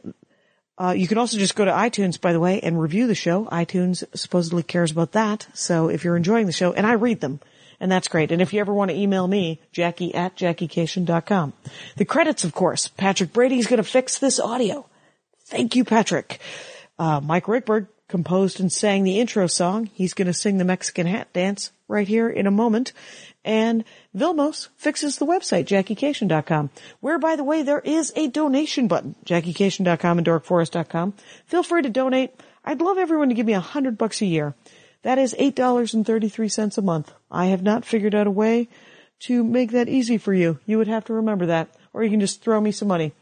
Speaker 3: uh, you can also just go to iTunes, by the way, and review the show. iTunes supposedly cares about that. So if you're enjoying the show, and I read them, and that's great. And if you ever want to email me, Jackie at JackieCation.com. The credits, of course. Patrick Brady's going to fix this audio. Thank you, Patrick. Uh, Mike Rickberg composed and sang the intro song. He's going to sing the Mexican hat dance right here in a moment. And Vilmos fixes the website, JackieCation.com, where, by the way, there is a donation button, JackieCation.com and DorkForest.com. Feel free to donate. I'd love everyone to give me a hundred bucks a year. That is $8.33 a month. I have not figured out a way to make that easy for you. You would have to remember that, or you can just throw me some money.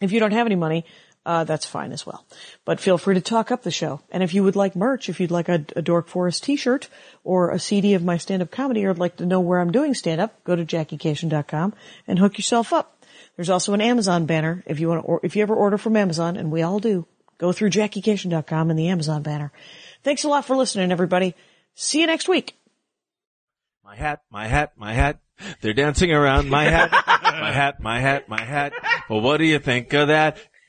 Speaker 3: If you don't have any money, uh, that's fine as well. But feel free to talk up the show. And if you would like merch, if you'd like a, a Dork Forest t-shirt or a CD of my stand-up comedy or would like to know where I'm doing stand-up, go to JackieCation.com and hook yourself up. There's also an Amazon banner if you want to, or if you ever order from Amazon, and we all do. Go through JackieCation.com and the Amazon banner. Thanks a lot for listening, everybody. See you next week.
Speaker 5: My hat, my hat, my hat. They're dancing around my hat, my hat, my hat, my hat. Well, what do you think of that?